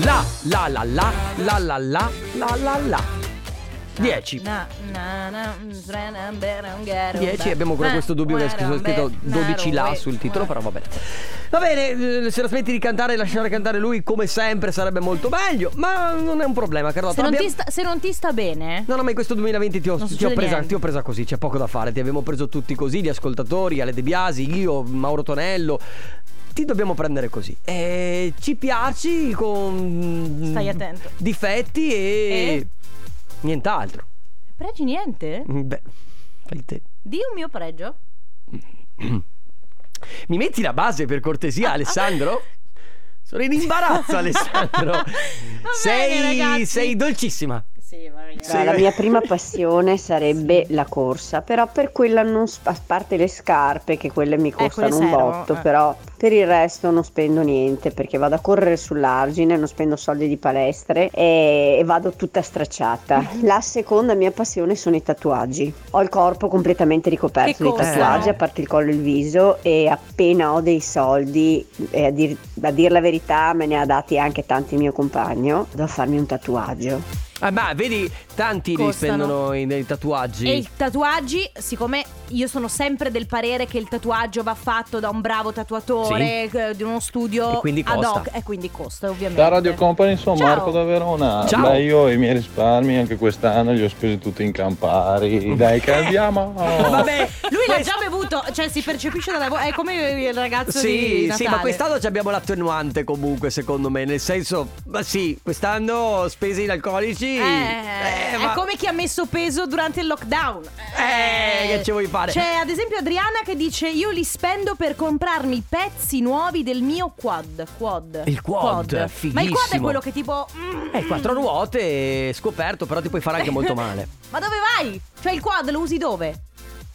[SPEAKER 1] La la la la la la la la la la 10
[SPEAKER 2] Na, na, na, na, na, na, na, na,
[SPEAKER 1] 10 abbiamo
[SPEAKER 2] Eh,
[SPEAKER 1] ancora questo dubbio che è scritto, scritto 12 là sul titolo però va bene va bene eh, se la smetti di cantare e lasciare cantare lui come sempre sarebbe molto meglio ma non è un problema Carlotta
[SPEAKER 2] Se non,
[SPEAKER 1] Abbiamo-
[SPEAKER 2] ti sta, se non ti sta bene,
[SPEAKER 1] No, no, ma in questo 2020 ti ho,
[SPEAKER 2] Non
[SPEAKER 1] ti ho
[SPEAKER 2] succede
[SPEAKER 1] presa,
[SPEAKER 2] niente.
[SPEAKER 1] ti ho presa così, c'è poco da fare. Ti abbiamo preso tutti così, gli ascoltatori, Ale De Biasi, io, Mauro Tonello. Ti dobbiamo prendere così. E ci piaci con.
[SPEAKER 2] Stai attento.
[SPEAKER 1] Difetti e.
[SPEAKER 2] E?
[SPEAKER 1] Nient'altro.
[SPEAKER 2] pregi niente?
[SPEAKER 1] Mm, Beh, fai te.
[SPEAKER 2] Di un mio pregio.
[SPEAKER 1] Mi metti la base per
[SPEAKER 2] Ah,
[SPEAKER 1] cortesia, Alessandro? Sono in imbarazzo, Alessandro. sei,
[SPEAKER 13] ragazzi.
[SPEAKER 1] sei dolcissima.
[SPEAKER 2] Sì,
[SPEAKER 13] Allora, la mia prima passione sarebbe la corsa, però per quella non sp- a parte le scarpe che quelle mi costano
[SPEAKER 14] Eh, quelle
[SPEAKER 13] un
[SPEAKER 14] servono,
[SPEAKER 13] botto,
[SPEAKER 14] eh.
[SPEAKER 13] però per il resto non spendo niente perché vado a correre sull'argine, non spendo soldi di palestre e, e vado tutta stracciata. La seconda mia passione sono i tatuaggi. Ho il corpo completamente
[SPEAKER 14] Che
[SPEAKER 13] ricoperto di
[SPEAKER 14] cosa?
[SPEAKER 13] tatuaggi, a parte il collo e il viso e appena ho dei soldi, e a, dir- a dir la verità me ne ha dati anche tanti il mio compagno, devo farmi un tatuaggio.
[SPEAKER 1] Ah, ma vedi, tanti li
[SPEAKER 2] Costano.
[SPEAKER 1] spendono in- nei tatuaggi.
[SPEAKER 2] E i tatuaggi, siccome io sono sempre del parere che il tatuaggio va fatto da un bravo tatuatore, eh, di uno studio
[SPEAKER 15] E quindi
[SPEAKER 2] ad
[SPEAKER 15] costa.
[SPEAKER 2] hoc, e quindi costa ovviamente.
[SPEAKER 15] Ciao Radio Company, sono
[SPEAKER 2] Ciao.
[SPEAKER 15] Marco da Verona.
[SPEAKER 2] Ciao.
[SPEAKER 15] Beh, io i miei risparmi anche quest'anno li ho spesi tutti in Campari. Dai, che andiamo!
[SPEAKER 1] Vabbè,
[SPEAKER 2] Lui l'ha già bevuto, cioè si percepisce dalla voce, è come il ragazzo di
[SPEAKER 1] Sì, sì,
[SPEAKER 2] Natale.
[SPEAKER 1] ma quest'anno ci abbiamo l'attenuante comunque, secondo me. Nel senso, ma sì, quest'anno spese in alcolici.
[SPEAKER 2] Eh,
[SPEAKER 1] ma-
[SPEAKER 2] È come chi ha messo peso durante il lockdown.
[SPEAKER 1] Eh, che ci vuoi fare?
[SPEAKER 2] C'è ad esempio Adriana che dice io li spendo per comprarmi i pezzi nuovi del mio quad. Quad.
[SPEAKER 1] Il quad,
[SPEAKER 2] Ma il quad è
[SPEAKER 1] fighissimo.
[SPEAKER 2] quello che tipo... mm,
[SPEAKER 1] Eh, quattro ruote, scoperto, però ti puoi fare anche molto male.
[SPEAKER 2] Ma dove vai? Cioè il quad lo usi dove?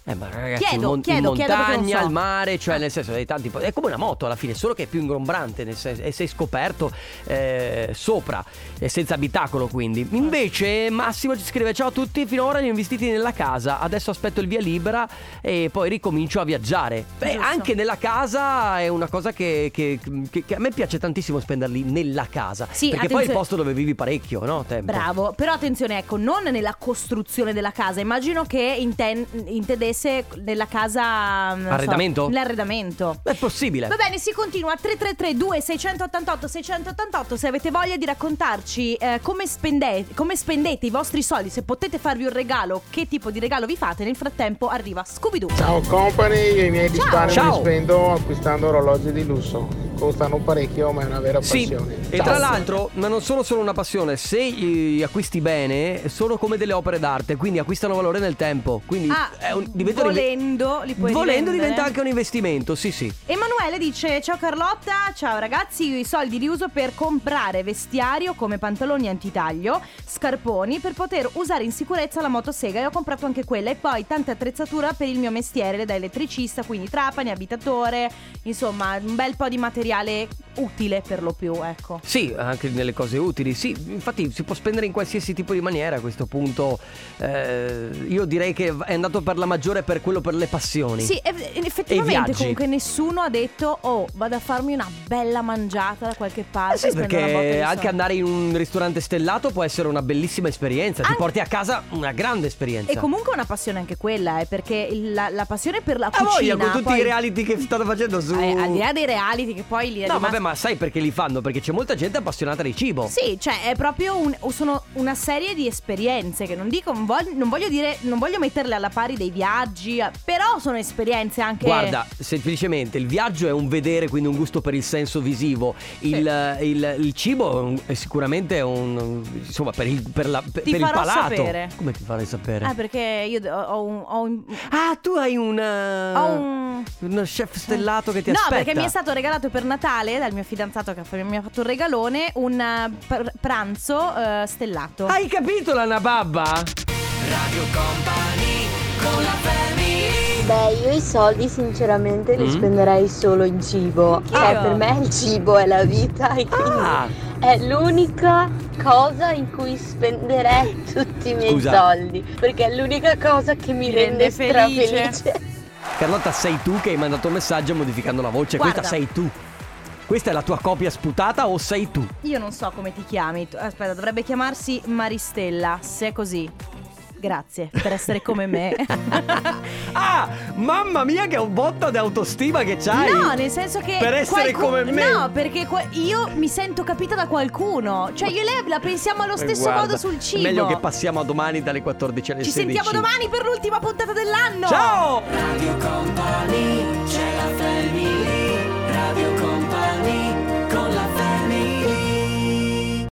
[SPEAKER 1] Eh, ma ragazzi,
[SPEAKER 2] Chiedo,
[SPEAKER 1] in, mon- in
[SPEAKER 2] chiedo, chiedo perché non
[SPEAKER 1] montagna,
[SPEAKER 2] so.
[SPEAKER 1] al mare, cioè nel senso dei tanti. po- È come una moto alla fine, solo che è più ingombrante nel senso, e sei scoperto eh, sopra, e senza abitacolo quindi.
[SPEAKER 2] Certo.
[SPEAKER 1] Invece Massimo ci scrive: Ciao a tutti, finora li ho investiti nella casa, adesso aspetto il via libera e poi ricomincio a viaggiare. Beh,
[SPEAKER 2] Giusto.
[SPEAKER 1] anche nella casa è una cosa che, che- che- che a me piace tantissimo spenderli nella casa.
[SPEAKER 2] Sì,
[SPEAKER 1] perché poi è il
[SPEAKER 2] attenzione.
[SPEAKER 1] posto dove vivi parecchio, no? Tempo.
[SPEAKER 2] Bravo, però attenzione, ecco, non nella costruzione della casa, immagino che inten- intendesse nella casa... non so,
[SPEAKER 1] Arredamento? Certo.
[SPEAKER 2] nell'arredamento.
[SPEAKER 1] È possibile.
[SPEAKER 2] Va bene, si continua 3332 688 688 se avete voglia di raccontarci eh, come, spende- come spendete i vostri soldi, se potete farvi un regalo, che tipo di regalo vi fate, nel frattempo arriva Scooby-Doo.
[SPEAKER 14] Ciao company, io i miei risparmi
[SPEAKER 1] Ciao.
[SPEAKER 14] li spendo acquistando orologi di lusso. Costano parecchio, ma è una vera
[SPEAKER 1] Sì,
[SPEAKER 14] passione.
[SPEAKER 1] e
[SPEAKER 14] Ciao.
[SPEAKER 1] tra l'altro, ma non sono solo una passione, se li acquisti bene, sono come delle opere d'arte, quindi acquistano valore nel tempo. Quindi
[SPEAKER 2] Ah,
[SPEAKER 1] è un- diventa un-
[SPEAKER 2] volendo li puoi
[SPEAKER 1] volendo
[SPEAKER 2] rivendere.
[SPEAKER 1] diventa anche un investimento, sì sì.
[SPEAKER 2] Emanuele dice Ciao Carlotta, ciao ragazzi, io i soldi li uso per comprare vestiario come pantaloni antitaglio, scarponi per poter usare in sicurezza la motosega e ho comprato anche quella e poi tanta attrezzatura per il mio mestiere da elettricista, quindi trapani, abitatore, insomma un bel po' di materiale utile per lo più, ecco.
[SPEAKER 1] Sì, anche nelle cose utili, sì, infatti si può spendere in qualsiasi tipo di maniera a questo punto. Eh, io direi che è andato per la maggiore per quello per le passioni.
[SPEAKER 2] Sì, eff- effettivamente
[SPEAKER 1] viaggi.
[SPEAKER 2] comunque nessuno ha detto oh vado a farmi una bella mangiata da qualche parte.
[SPEAKER 1] Eh sì,
[SPEAKER 2] spendo Ah, una botta di
[SPEAKER 1] perché anche
[SPEAKER 2] soldi."
[SPEAKER 1] andare in un ristorante stellato può essere una bellissima esperienza, ti porti a casa una grande esperienza.
[SPEAKER 2] E comunque è una passione anche quella, eh, perché il- la, la passione per la
[SPEAKER 1] a
[SPEAKER 2] cucina.
[SPEAKER 1] voglia Ah, con tutti
[SPEAKER 2] poi-
[SPEAKER 1] i reality che state facendo su
[SPEAKER 2] Eh, al di là dei reality che poi li è
[SPEAKER 1] No,
[SPEAKER 2] rimasto-
[SPEAKER 1] vabbè, ma sai perché li fanno? Perché c'è molta gente appassionata di cibo.
[SPEAKER 2] Sì, cioè è proprio un- o sono una serie di esperienze che non dico, non voglio, non voglio dire, non voglio metterle alla pari dei viaggi, eh, però sono esperienze anche...
[SPEAKER 1] Guarda, semplicemente il viaggio è un vedere, quindi un gusto per il senso visivo. Il, il- il cibo è un- è sicuramente un. insomma, per il, per la- per-
[SPEAKER 2] Ti
[SPEAKER 1] per il
[SPEAKER 2] farò
[SPEAKER 1] palato.
[SPEAKER 2] sapere.
[SPEAKER 1] Come ti farei sapere?
[SPEAKER 2] Ah, perché io d- ho, ho un... ho un-
[SPEAKER 1] Ah, tu hai un.
[SPEAKER 2] ho un-
[SPEAKER 1] uno chef stellato che Eh, ti
[SPEAKER 2] no,
[SPEAKER 1] aspetta.
[SPEAKER 2] perché mi è stato regalato per Natale dal mio fidanzato che ha fa- mi ha fatto un regalone, un eh, pr- pranzo eh, stellato.
[SPEAKER 1] Hai capito la nababba?
[SPEAKER 16] Beh, io i soldi sinceramente li
[SPEAKER 1] Mm.
[SPEAKER 16] spenderei solo in
[SPEAKER 2] Ah.
[SPEAKER 16] cibo. Cioè,
[SPEAKER 1] Anch'io.
[SPEAKER 16] per me il cibo è la vita e quindi
[SPEAKER 1] Ah.
[SPEAKER 16] è l'unica cosa in cui spenderei tutti i miei
[SPEAKER 1] Scusa.
[SPEAKER 16] soldi. Perché è l'unica cosa che mi rende,
[SPEAKER 2] rende felice.
[SPEAKER 16] strafelice.
[SPEAKER 1] Carlotta, sei tu che hai mandato un messaggio modificando la voce.
[SPEAKER 2] Guarda.
[SPEAKER 1] Questa sei tu. Questa è la tua copia sputata o sei tu?
[SPEAKER 2] Io non so come ti chiami. Tu- Aspetta, dovrebbe chiamarsi Maristella, se è così. Grazie per essere come me.
[SPEAKER 1] Ah, mamma mia, che è un botta di autostima che c'hai!
[SPEAKER 2] no, nel senso che.
[SPEAKER 1] Per essere
[SPEAKER 2] qualcu-
[SPEAKER 1] come me.
[SPEAKER 2] No, perché qua- io mi sento capita da qualcuno. Cioè, io e lei la pensiamo allo stesso
[SPEAKER 1] Eh, Guarda,
[SPEAKER 2] modo sul cibo.
[SPEAKER 1] è Meglio che passiamo a domani dalle 14 alle
[SPEAKER 2] Ci
[SPEAKER 1] 16.
[SPEAKER 2] sentiamo domani per l'ultima puntata dell'anno.
[SPEAKER 1] Ciao!
[SPEAKER 3] Radio